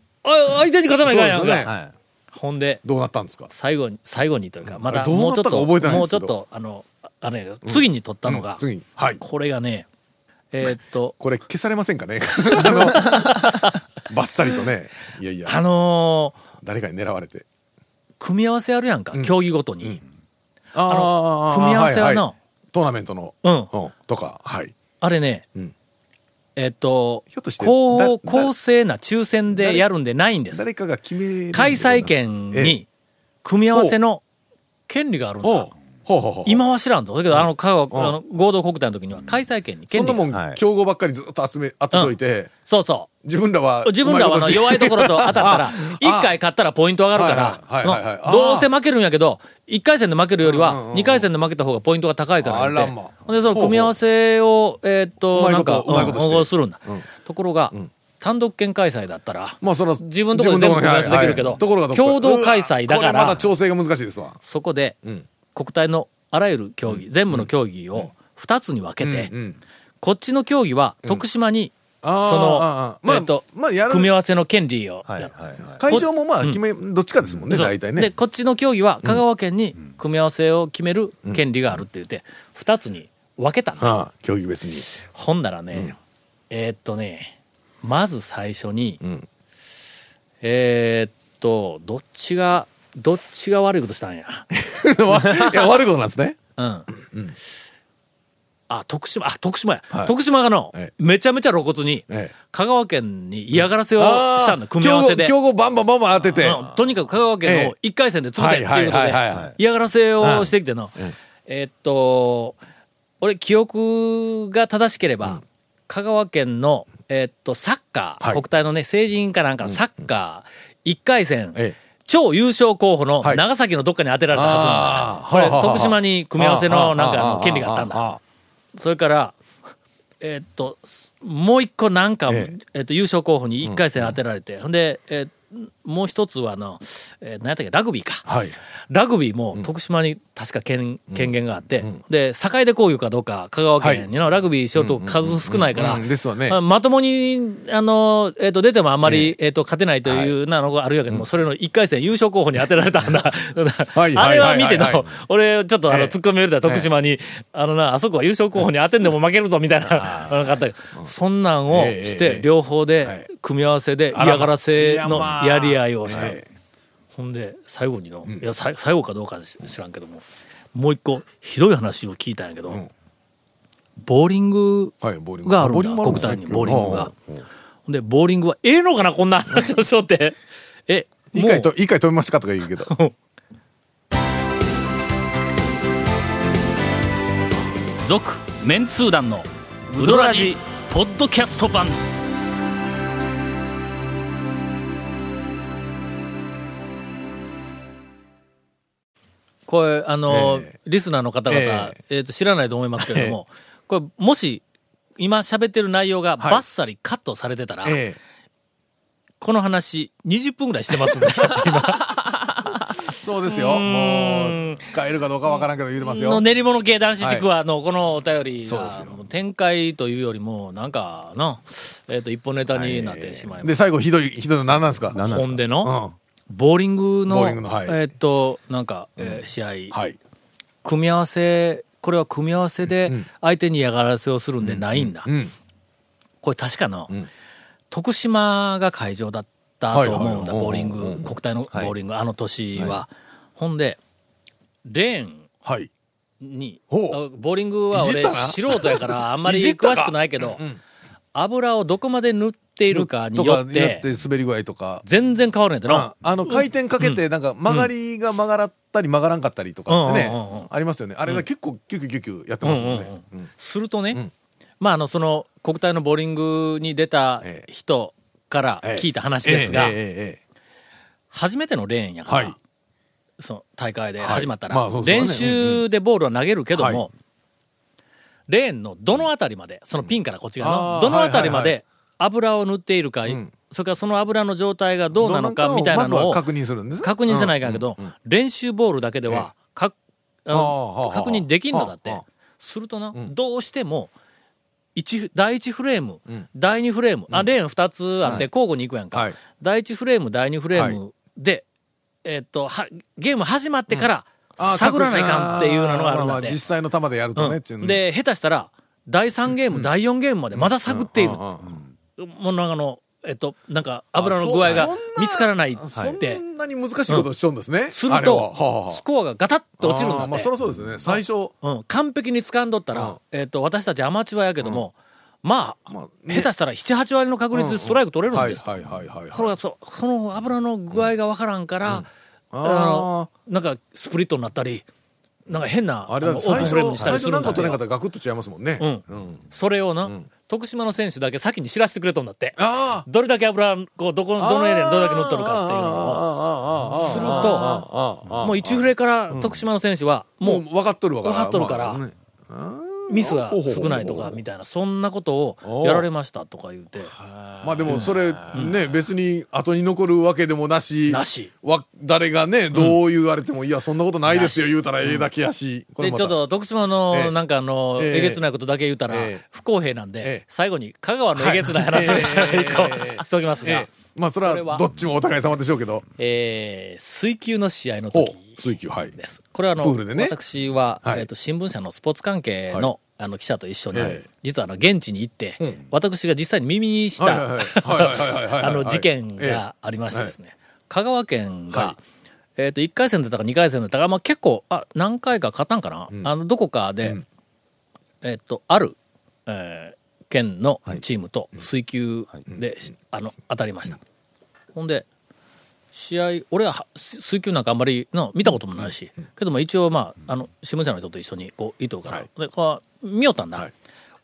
Speaker 3: あ相手に勝たないかんやん
Speaker 5: そうです
Speaker 3: か。
Speaker 5: ね
Speaker 8: はい
Speaker 3: ほんで、
Speaker 5: どうなったんですか
Speaker 3: 最後に、最後にというか、ま
Speaker 5: あ
Speaker 3: だ
Speaker 5: れどう
Speaker 3: も
Speaker 5: な
Speaker 3: う
Speaker 5: っ
Speaker 3: ちょ
Speaker 5: た
Speaker 3: っ
Speaker 5: か
Speaker 3: と、
Speaker 5: 覚えてないん
Speaker 3: も
Speaker 5: で
Speaker 3: うち
Speaker 5: す
Speaker 3: ょ
Speaker 5: け
Speaker 3: っ
Speaker 5: ど
Speaker 3: と、あの、あれ、次に取ったのが、
Speaker 5: うん次にはい
Speaker 3: これがね、えーっと、
Speaker 5: これ消されません かね あのバッサリとねいやい
Speaker 3: あ
Speaker 5: や
Speaker 3: のー
Speaker 5: 誰かに狙われて
Speaker 3: 組み合わせあるやんか、競技ごとに。
Speaker 5: あー
Speaker 3: 組み合わせはな
Speaker 5: はいはいトーナメントの
Speaker 3: うん
Speaker 5: うんとかはい
Speaker 3: あれね、
Speaker 5: うん
Speaker 3: えーっと
Speaker 5: ひょっとして
Speaker 3: 公、
Speaker 5: だだ
Speaker 3: 公正な抽選でやるんでないんです
Speaker 5: 誰。かが決めるんでござ
Speaker 3: 開
Speaker 5: います
Speaker 3: 催権
Speaker 5: ええ
Speaker 3: に、組み合わせの権利があるん
Speaker 5: お
Speaker 3: だ
Speaker 5: う。ほうほうほう
Speaker 3: 今は知らんと。だけど、あの、香川、あの合同国体の時には、開催権に
Speaker 5: そ
Speaker 3: 権
Speaker 5: んな
Speaker 3: 利が
Speaker 5: も
Speaker 3: ある。
Speaker 8: はい
Speaker 5: ん競合ばっかりずっと集め当てといて
Speaker 3: そうそう。
Speaker 5: 自分らは、
Speaker 3: 自分らはあの弱いところと当たったら一回勝ったらポイント上がる
Speaker 5: はいはいはいはい
Speaker 3: か
Speaker 5: はい
Speaker 3: ら、
Speaker 5: あー
Speaker 3: どうせ負けるんやけど、一回戦で負けるより
Speaker 5: うんうんうん
Speaker 3: は
Speaker 5: う、ん
Speaker 3: 二回戦で負けた方がポイントが高いから言って
Speaker 5: あらま
Speaker 3: ほんで、その組み合わせを、えーっ
Speaker 5: う
Speaker 3: と、
Speaker 5: まい
Speaker 3: なん
Speaker 5: こ
Speaker 3: か
Speaker 5: と、うまいことして
Speaker 3: うんするんだ。ところが、単独県開催だったら、
Speaker 5: まあそら
Speaker 3: 自分のとこで全部組み合わせできるけど
Speaker 5: はいはいところがどっか
Speaker 3: 共同開催だから
Speaker 5: うわこれまた調整が難しいですわ
Speaker 3: そこで
Speaker 5: ん、
Speaker 3: 国体のあらゆる競技、全部の競技を二つに分けて
Speaker 5: う、ん
Speaker 3: こっちの競技は徳島に、そ
Speaker 5: あー
Speaker 3: の
Speaker 5: あー、まあ
Speaker 3: えーっと
Speaker 5: まあや、る
Speaker 3: 組み合わせの権利を、
Speaker 8: はいはいはい
Speaker 5: 会場もまあ決めどっちかですもんね
Speaker 3: そう
Speaker 5: 大体
Speaker 3: で
Speaker 5: ね
Speaker 3: こっちの競技は香川県に組み合わせを決める権利があるって言って2つに分けたの、
Speaker 5: はあ競技別に
Speaker 3: ほんならね、えーっとねまず最初に、
Speaker 5: ん
Speaker 3: えーっとどっちがどっちが悪いことしたんや、
Speaker 5: いや悪いことなんです ね
Speaker 3: うんあ徳島あ徳島や、
Speaker 5: はい
Speaker 3: 徳島がの、
Speaker 5: ええ
Speaker 3: めちゃめちゃ露骨に、
Speaker 5: ええ
Speaker 3: 香川県に嫌がらせをしたんだ
Speaker 5: あー
Speaker 3: 組み合わせで
Speaker 5: 競合競合バンバンバンバン当てて
Speaker 3: うんとにかく香川県を1回戦で潰せっていうこと
Speaker 5: はいはい
Speaker 3: で
Speaker 5: はいはい
Speaker 3: 嫌がらせをしてきての、えーっと俺記憶が正しければ、香川県の、えーっとサッカー、
Speaker 5: はい
Speaker 3: 国体のね成人かなんかのサッカー1回戦、
Speaker 5: ええ
Speaker 3: 超優勝候補の
Speaker 5: はい
Speaker 3: 長崎のどっかに当てられたは
Speaker 5: あー
Speaker 3: ずなんだ、
Speaker 5: はあはあ
Speaker 3: こ
Speaker 5: は
Speaker 3: れ
Speaker 5: あ
Speaker 3: 徳島に組み合わせのなんかあの権利があったんだ
Speaker 5: あ
Speaker 3: それからえーっとすもう一個なんか、え
Speaker 5: え
Speaker 3: ーっと優勝候補に1回戦当てられて、ほんで、えーもう一つはあの、えー何やったっけラグビーか、
Speaker 5: はい
Speaker 3: ラグビーも徳島に確か権,、権限があって、で境出工業かどうか香川県にのラグビーしようと数少ないから、
Speaker 5: うんですわね
Speaker 3: まあまともに、あの、えっ、と、出てもあんまり、えっ、と、勝てないというなのがあるやけども、それの1回戦優勝候補に当てられたんだ。
Speaker 5: はい
Speaker 3: あれは見て
Speaker 5: はいはい
Speaker 3: の
Speaker 5: は、
Speaker 3: 俺、ちょっとあ
Speaker 5: え
Speaker 3: の、
Speaker 5: え
Speaker 3: 突っ込みよりだ徳島に、あのな、あそこは優勝候補に当てんでも負けるぞ、みたいな、あのかったけどそんなんをし
Speaker 5: えええ
Speaker 3: て
Speaker 5: え、
Speaker 3: 両方で
Speaker 5: い、
Speaker 3: 組み合わせで
Speaker 5: あらま
Speaker 3: 嫌がらせのやり合いをした
Speaker 5: はい。
Speaker 3: ほんで、最後にの、いや、さい最後かどうかし知らんけども、もう一個、ひどい話を聞いたんやけど、
Speaker 5: ん
Speaker 3: ボーリング、
Speaker 5: はいボーリング
Speaker 3: があるん
Speaker 5: ボーリ
Speaker 3: だ
Speaker 5: ング
Speaker 3: 国
Speaker 5: もるんです
Speaker 3: 体
Speaker 5: ね
Speaker 3: にボーリングが。ほんでボーリングはええのかなこんな話をしようって。え
Speaker 5: 一
Speaker 3: もう
Speaker 5: 回と一回止めますかとか言う けど
Speaker 1: 続メンツー団のウドラジポッドキャスト版
Speaker 3: これあの、
Speaker 5: え
Speaker 3: リスナーの方々、え
Speaker 5: え
Speaker 3: ーと知らないと思いますけれども、これもし今喋ってる内容がバッサリカットされてたら、
Speaker 5: え
Speaker 3: この話20分ぐらいしてますんで
Speaker 5: えそうですよもう使えるかどうかわからんけど言うてます よ
Speaker 3: の練り物系男子地区はあのこのお便り
Speaker 5: そうです
Speaker 3: が
Speaker 5: よ
Speaker 3: もう展開というよりもなんかな、えー、と一本ネタになってしまいま。
Speaker 5: です最後ひどいひどいの何なんです
Speaker 8: な
Speaker 5: か
Speaker 8: んなんですか
Speaker 3: 本での、
Speaker 5: うん
Speaker 3: ボーリングの
Speaker 5: ボーリングのはい
Speaker 3: えーっとなんか、えー試合、
Speaker 5: はい
Speaker 3: 組み合わせこれは組み合わせで相手に嫌がらせをするんでないんだ、
Speaker 5: うん
Speaker 3: これ確かの、
Speaker 5: ん
Speaker 3: 徳島が会場だったと思うんだ、
Speaker 5: はいはいはい
Speaker 3: ボーリング、
Speaker 5: うんうんうん
Speaker 3: 国体のボ
Speaker 8: はい
Speaker 3: ーリング、あの年は、ほんでレーン
Speaker 5: はい
Speaker 3: にあ
Speaker 5: ほう
Speaker 3: ボーリングはい
Speaker 5: じ
Speaker 3: 俺
Speaker 5: ったな
Speaker 3: 素人やからあんまり
Speaker 5: いじった
Speaker 3: 詳
Speaker 5: か
Speaker 3: しくないけど、油をどこまで塗っているかに
Speaker 5: とか
Speaker 3: よ
Speaker 5: に
Speaker 3: っ
Speaker 5: よってて滑り具合とか
Speaker 3: 全然変わるんやてな
Speaker 5: ああの回転かけてなんか曲がりが曲がらったり曲がらんかったりとかって
Speaker 3: うんうんうんうん
Speaker 5: ねありますよねあれが結構キュキュキュキュやってます
Speaker 3: う
Speaker 5: もん
Speaker 3: んうん
Speaker 5: ねうん
Speaker 3: するとね、
Speaker 5: ん
Speaker 3: まああのその国体のボーリングに出た
Speaker 5: ええ
Speaker 3: 人から
Speaker 5: ええ
Speaker 3: 聞いた話ですが、
Speaker 5: えええええ
Speaker 3: 初めてのレーンや
Speaker 5: え
Speaker 3: から、
Speaker 5: はい
Speaker 3: その大会で
Speaker 5: はい
Speaker 3: 始まったら、
Speaker 5: まあそうですよね
Speaker 3: 練習でボールは投げるけども、
Speaker 5: はい
Speaker 3: レーンのどのあたりまでそのピンからこっち
Speaker 5: うん
Speaker 3: 側の
Speaker 5: あー
Speaker 3: どのあたりま
Speaker 5: はいはいは
Speaker 3: で油を塗っているか、
Speaker 5: うん
Speaker 3: それからその油の状態がどうなのか
Speaker 5: どうなのかを
Speaker 3: みたいなの
Speaker 5: ま
Speaker 3: を
Speaker 5: ずは確認するんですね
Speaker 3: 確認せないかんけど、練習ボールだけではかあの
Speaker 5: ああはあはあ
Speaker 3: 確認できんのだって、
Speaker 5: はあはあ
Speaker 3: するとな、
Speaker 5: ん
Speaker 3: どうしても一第1フレーム、
Speaker 5: ん
Speaker 3: 第2フレーム、あレーン2つあって交互に行くやんか、
Speaker 5: はい
Speaker 3: 第1フレーム第2フレームで、えっとはゲーム始まってから
Speaker 5: あー
Speaker 3: 探らないかんっていうのがある
Speaker 5: ま
Speaker 3: ん
Speaker 5: ま
Speaker 3: だっ
Speaker 5: ま
Speaker 3: て、
Speaker 5: 実際の球でやるとねっていう
Speaker 3: うん
Speaker 5: の
Speaker 3: で下手したら第3ゲーム、第4ゲームまでまだ探っている、
Speaker 5: うんうんうん
Speaker 3: もうなんかあのえっとなんか油の具合
Speaker 5: あそ
Speaker 3: が
Speaker 5: そんな
Speaker 3: 見つからないっ
Speaker 5: そ
Speaker 3: て
Speaker 5: んなに難しいことをしちゃうんですね、
Speaker 3: す
Speaker 5: あ
Speaker 3: る
Speaker 5: れ
Speaker 3: と、
Speaker 5: ははあはあ
Speaker 3: スコアがガタッと落ちるんだ
Speaker 5: あ
Speaker 3: っ
Speaker 5: ー
Speaker 3: て、
Speaker 5: まあそりゃそうですね最初
Speaker 3: うん、完璧に掴んどったら、
Speaker 5: うん
Speaker 3: えっと私たちアマチュアやけども、まあ、
Speaker 5: まあね
Speaker 3: 下手したら78割の確率でストライク取れるん
Speaker 5: は
Speaker 3: で
Speaker 5: い
Speaker 3: す、
Speaker 5: はいはいはい
Speaker 3: それがそその油の具合がわからんから、あ
Speaker 5: あ
Speaker 3: のなんかスプリットになったりなんか変な
Speaker 5: ーあれだ
Speaker 3: の
Speaker 5: ね
Speaker 3: オープ
Speaker 5: 最
Speaker 3: ンフレームにし
Speaker 5: 初
Speaker 3: た
Speaker 5: 最
Speaker 3: りす
Speaker 5: 初
Speaker 3: る
Speaker 5: なんん
Speaker 3: だ
Speaker 5: か
Speaker 3: って
Speaker 5: 取れなかったらガクッと違いますもんね、
Speaker 3: う
Speaker 5: うん
Speaker 3: それをな、徳島の選手だけ先に知らせてくれとんだって
Speaker 5: あ
Speaker 3: どれだけ油こうどこの
Speaker 5: あ
Speaker 3: どのエリアにどれだけ乗っとるかっていうのをするともう1フレから徳島の選手は
Speaker 5: も
Speaker 3: も
Speaker 5: う分かっとるわから
Speaker 3: 分かっとるから
Speaker 5: まあね
Speaker 3: うミスが少ないとかみたいなそんなことをやられましたとか言うて
Speaker 5: まあでもそれね別に後に残るわけでもなし
Speaker 3: なし
Speaker 5: わ誰がねどう言われてもいやそんなことないですよ言うたらええだけやしこれ
Speaker 3: で
Speaker 5: ま
Speaker 3: ちょ
Speaker 5: た
Speaker 3: っと徳島
Speaker 5: え
Speaker 3: の
Speaker 5: え
Speaker 3: なんかあの
Speaker 5: ええ
Speaker 3: えげつないことだけ言うたら
Speaker 5: ええ
Speaker 3: 不公平なん
Speaker 5: え
Speaker 3: で
Speaker 5: え
Speaker 3: 香川のえげつない話を
Speaker 5: はい
Speaker 3: 一個しておきます
Speaker 5: え
Speaker 3: が
Speaker 5: え。まあそれ
Speaker 3: これは
Speaker 5: はどっちもお互い様でしょうけど
Speaker 3: えー水球の試合の
Speaker 5: お
Speaker 3: 時
Speaker 5: 水球はい
Speaker 3: です。これはあの、
Speaker 5: プールでね
Speaker 3: 私は、
Speaker 5: はい
Speaker 3: えー、と新聞社のスポーツ関係の,、
Speaker 5: は
Speaker 3: あの記者と一緒に、
Speaker 5: ええ
Speaker 3: 実はあの現地に行って、
Speaker 5: うん
Speaker 3: 私が実際に耳にし
Speaker 5: はいはいはいはいはいはいはい
Speaker 3: た あの事件
Speaker 5: ええ
Speaker 3: がありましてですね、香川県が、えー、と1回戦だったか2回戦だったか、まあ、結構あ何回か勝ったんかな、あのどこかで、えっ、とある、えー県のチームと水球で、あの当たりました。ほんで試合俺はは水水球なんかあんまりな見たこともないし、けども一応まああの新聞社の人と一緒にこう糸から、
Speaker 5: はい
Speaker 3: でこう見よったんだ、
Speaker 5: はい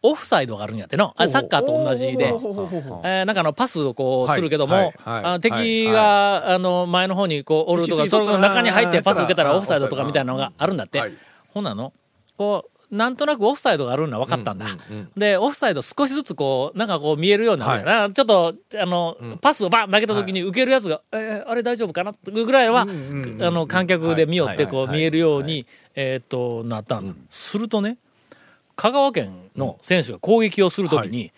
Speaker 3: オフサイドがあるんやってのあれサッカーと同じで
Speaker 5: おー。ほうほうほうほう
Speaker 3: えーなんかあのパスをこう
Speaker 5: はい
Speaker 3: するけども、
Speaker 5: はいはい
Speaker 3: あの敵が、あの前の方にこうおると
Speaker 5: 行
Speaker 3: か、
Speaker 5: き
Speaker 3: そ
Speaker 5: 過
Speaker 3: れ
Speaker 5: ぎと
Speaker 3: の
Speaker 5: ったな
Speaker 3: 中に入ってパス受けたら
Speaker 5: あー
Speaker 3: オフサイドとか
Speaker 5: オフサ
Speaker 3: み
Speaker 5: イド
Speaker 3: たいなのがあるんだって、
Speaker 5: はい
Speaker 3: ほんなの、こうなんとなくオフサイドがあるのは分かったんだ。で、オフサイド少しずつこう、なんかこう見えるようになるんだよなちょっと、あの、パスをバン投げた時に受けるやつが、えーあれ大丈夫かなっていうぐらいは、あの、観客で見よってこう見えるように、えーっと、なったんだ。するとね、香川県の選手が攻撃をするときに、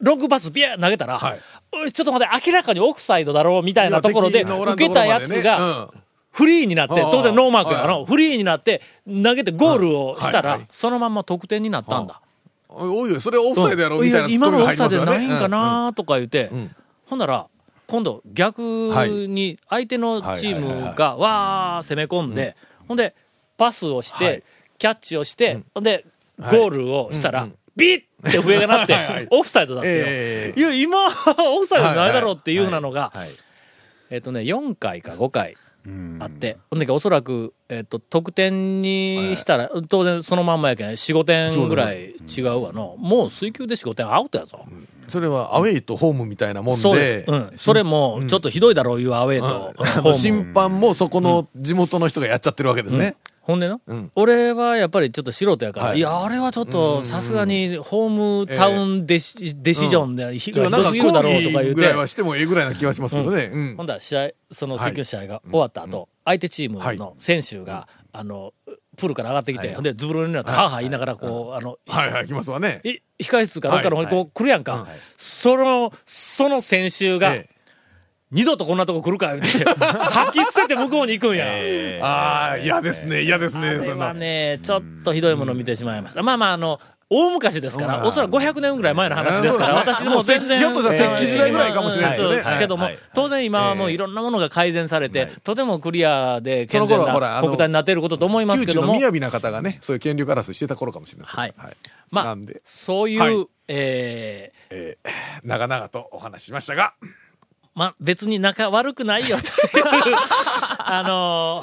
Speaker 3: ロングパスビャー投げたら、
Speaker 5: はい
Speaker 3: おいちょっと待って、明らかにオフサイドだろうみたいなところで、
Speaker 5: いや敵のおらん
Speaker 3: 受けたやつ
Speaker 5: ところまでね
Speaker 3: が
Speaker 5: うん、
Speaker 3: フリーになって、
Speaker 5: ああ
Speaker 3: 当然ノーマークや
Speaker 5: は
Speaker 3: ろ、フリーになって、投げてゴールをした
Speaker 5: はい
Speaker 3: ら
Speaker 5: はい、
Speaker 3: そのまんま得点になったんだ。
Speaker 5: おいおいそれオフサイドやろみたいな
Speaker 3: や今のオフサイドじゃ
Speaker 5: ツッコ
Speaker 3: な
Speaker 5: ミ
Speaker 3: いん
Speaker 5: が入
Speaker 3: か
Speaker 5: りますよね
Speaker 3: なとか言って
Speaker 5: んうん、
Speaker 3: ほんなら、今度逆に相手のチームがわー攻め込んで、ほんで、パスをし
Speaker 5: は
Speaker 3: て
Speaker 5: い、
Speaker 3: キャッチをして、ほんで、ゴールをしたら、ビッって笛が鳴っ
Speaker 5: はいは
Speaker 3: て
Speaker 5: い、
Speaker 3: オフサイドだったよ。
Speaker 5: え
Speaker 3: いや、今、オフサイドないだろうっていうふうなのが、
Speaker 5: えはい
Speaker 3: えっ、とね、4回か5回あって、ほんでおそらく、えっ、と、得点にしたら、当然そのまんまやけん、4、5点ぐらい違うわの、もう水球で4、5点アウトやぞ。
Speaker 5: それはアウェイとホームみたいなもん
Speaker 3: そうです。うん。それも、ちょっとひどいだろう、いうアウェイと、
Speaker 5: あ
Speaker 3: ホ
Speaker 5: の
Speaker 3: ーム。
Speaker 5: 審判もそこの地元の人がやっちゃってるわけですね。
Speaker 3: ほんでな、
Speaker 5: ん
Speaker 3: 俺はやっぱりちょっと素人やから、
Speaker 5: はい
Speaker 3: い、や、あれはちょっと、さすがに、ホームタウンデシ,、デシジョンで、ひ
Speaker 5: ちょ
Speaker 3: ど
Speaker 5: っとなん
Speaker 3: すぎるだ
Speaker 5: か抗
Speaker 3: ろうとか言
Speaker 5: 議
Speaker 3: う
Speaker 5: ぐら
Speaker 3: て
Speaker 5: い、はしてもええぐらいな気はしますけどね。うん
Speaker 3: ほんだら試合、その
Speaker 5: はい
Speaker 3: 選挙試合が終わった後、相手チームの選手が、あの、プールから上がってきて、ほんで、ズブロになって、はあはあ言いながら、こう、あの、
Speaker 5: はいはい、来ますわね。
Speaker 3: い控え室かどっかの方にこう来るやんか。その、その選手が、
Speaker 5: え
Speaker 3: 二度とこんなとこ来るか、言う て、吐き捨てて向こうに行くんや。
Speaker 5: えああ、嫌ですね、嫌です
Speaker 3: あ
Speaker 5: ね、
Speaker 3: れ
Speaker 5: そん
Speaker 3: は
Speaker 5: な。
Speaker 3: ね、ちょっとひどいものを見てしまいました。まあまあ、あの、大昔ですから、おそらく500年ぐらい前の話ですから、
Speaker 5: なるほ
Speaker 3: 私
Speaker 5: ど
Speaker 3: も全然。
Speaker 5: もうひょっとしたら石器時代ぐらいかもしれないですよね
Speaker 3: うんそう
Speaker 5: はい
Speaker 3: けども
Speaker 8: はい、
Speaker 3: 当然今はもういろんなものが改善されて、とてもクリアで健
Speaker 5: そ
Speaker 3: 全
Speaker 5: の頃ほら
Speaker 3: な
Speaker 5: あの
Speaker 3: 国体になっていることと思います
Speaker 5: 旧
Speaker 3: け
Speaker 5: 知
Speaker 3: ど
Speaker 5: の
Speaker 3: も、
Speaker 5: 雅な方がね、そういう権力争いしてた頃かもしれないですね。
Speaker 3: はい
Speaker 5: はい。
Speaker 3: ま
Speaker 5: な
Speaker 3: あ
Speaker 5: んで、、
Speaker 3: そうい
Speaker 5: は
Speaker 3: う
Speaker 5: い、
Speaker 3: えー
Speaker 5: 長々とお話ししましたが、
Speaker 3: まあ別に仲悪くないよと いう、あの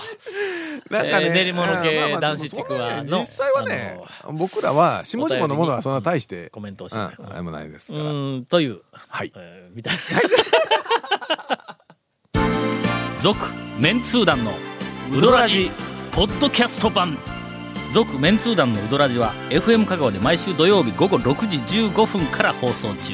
Speaker 5: なんか
Speaker 3: え
Speaker 5: ね、
Speaker 3: ー練り物系
Speaker 5: うんまあまあ
Speaker 3: 男子地区は
Speaker 5: でもそんなね
Speaker 3: の
Speaker 5: 実際はね、僕らは下々のものはそんな大して、
Speaker 3: コメントをし
Speaker 5: う
Speaker 3: て
Speaker 5: ん、
Speaker 3: ない
Speaker 5: あれもないです
Speaker 3: ー、う
Speaker 5: から。
Speaker 3: ーん、という、
Speaker 5: はい。
Speaker 3: えーみたいな。
Speaker 1: 続メンツー団のウドラジポッドキャスト版続メンツー団のウドラジは FM 香川で毎週土曜日午後6時15分から放送中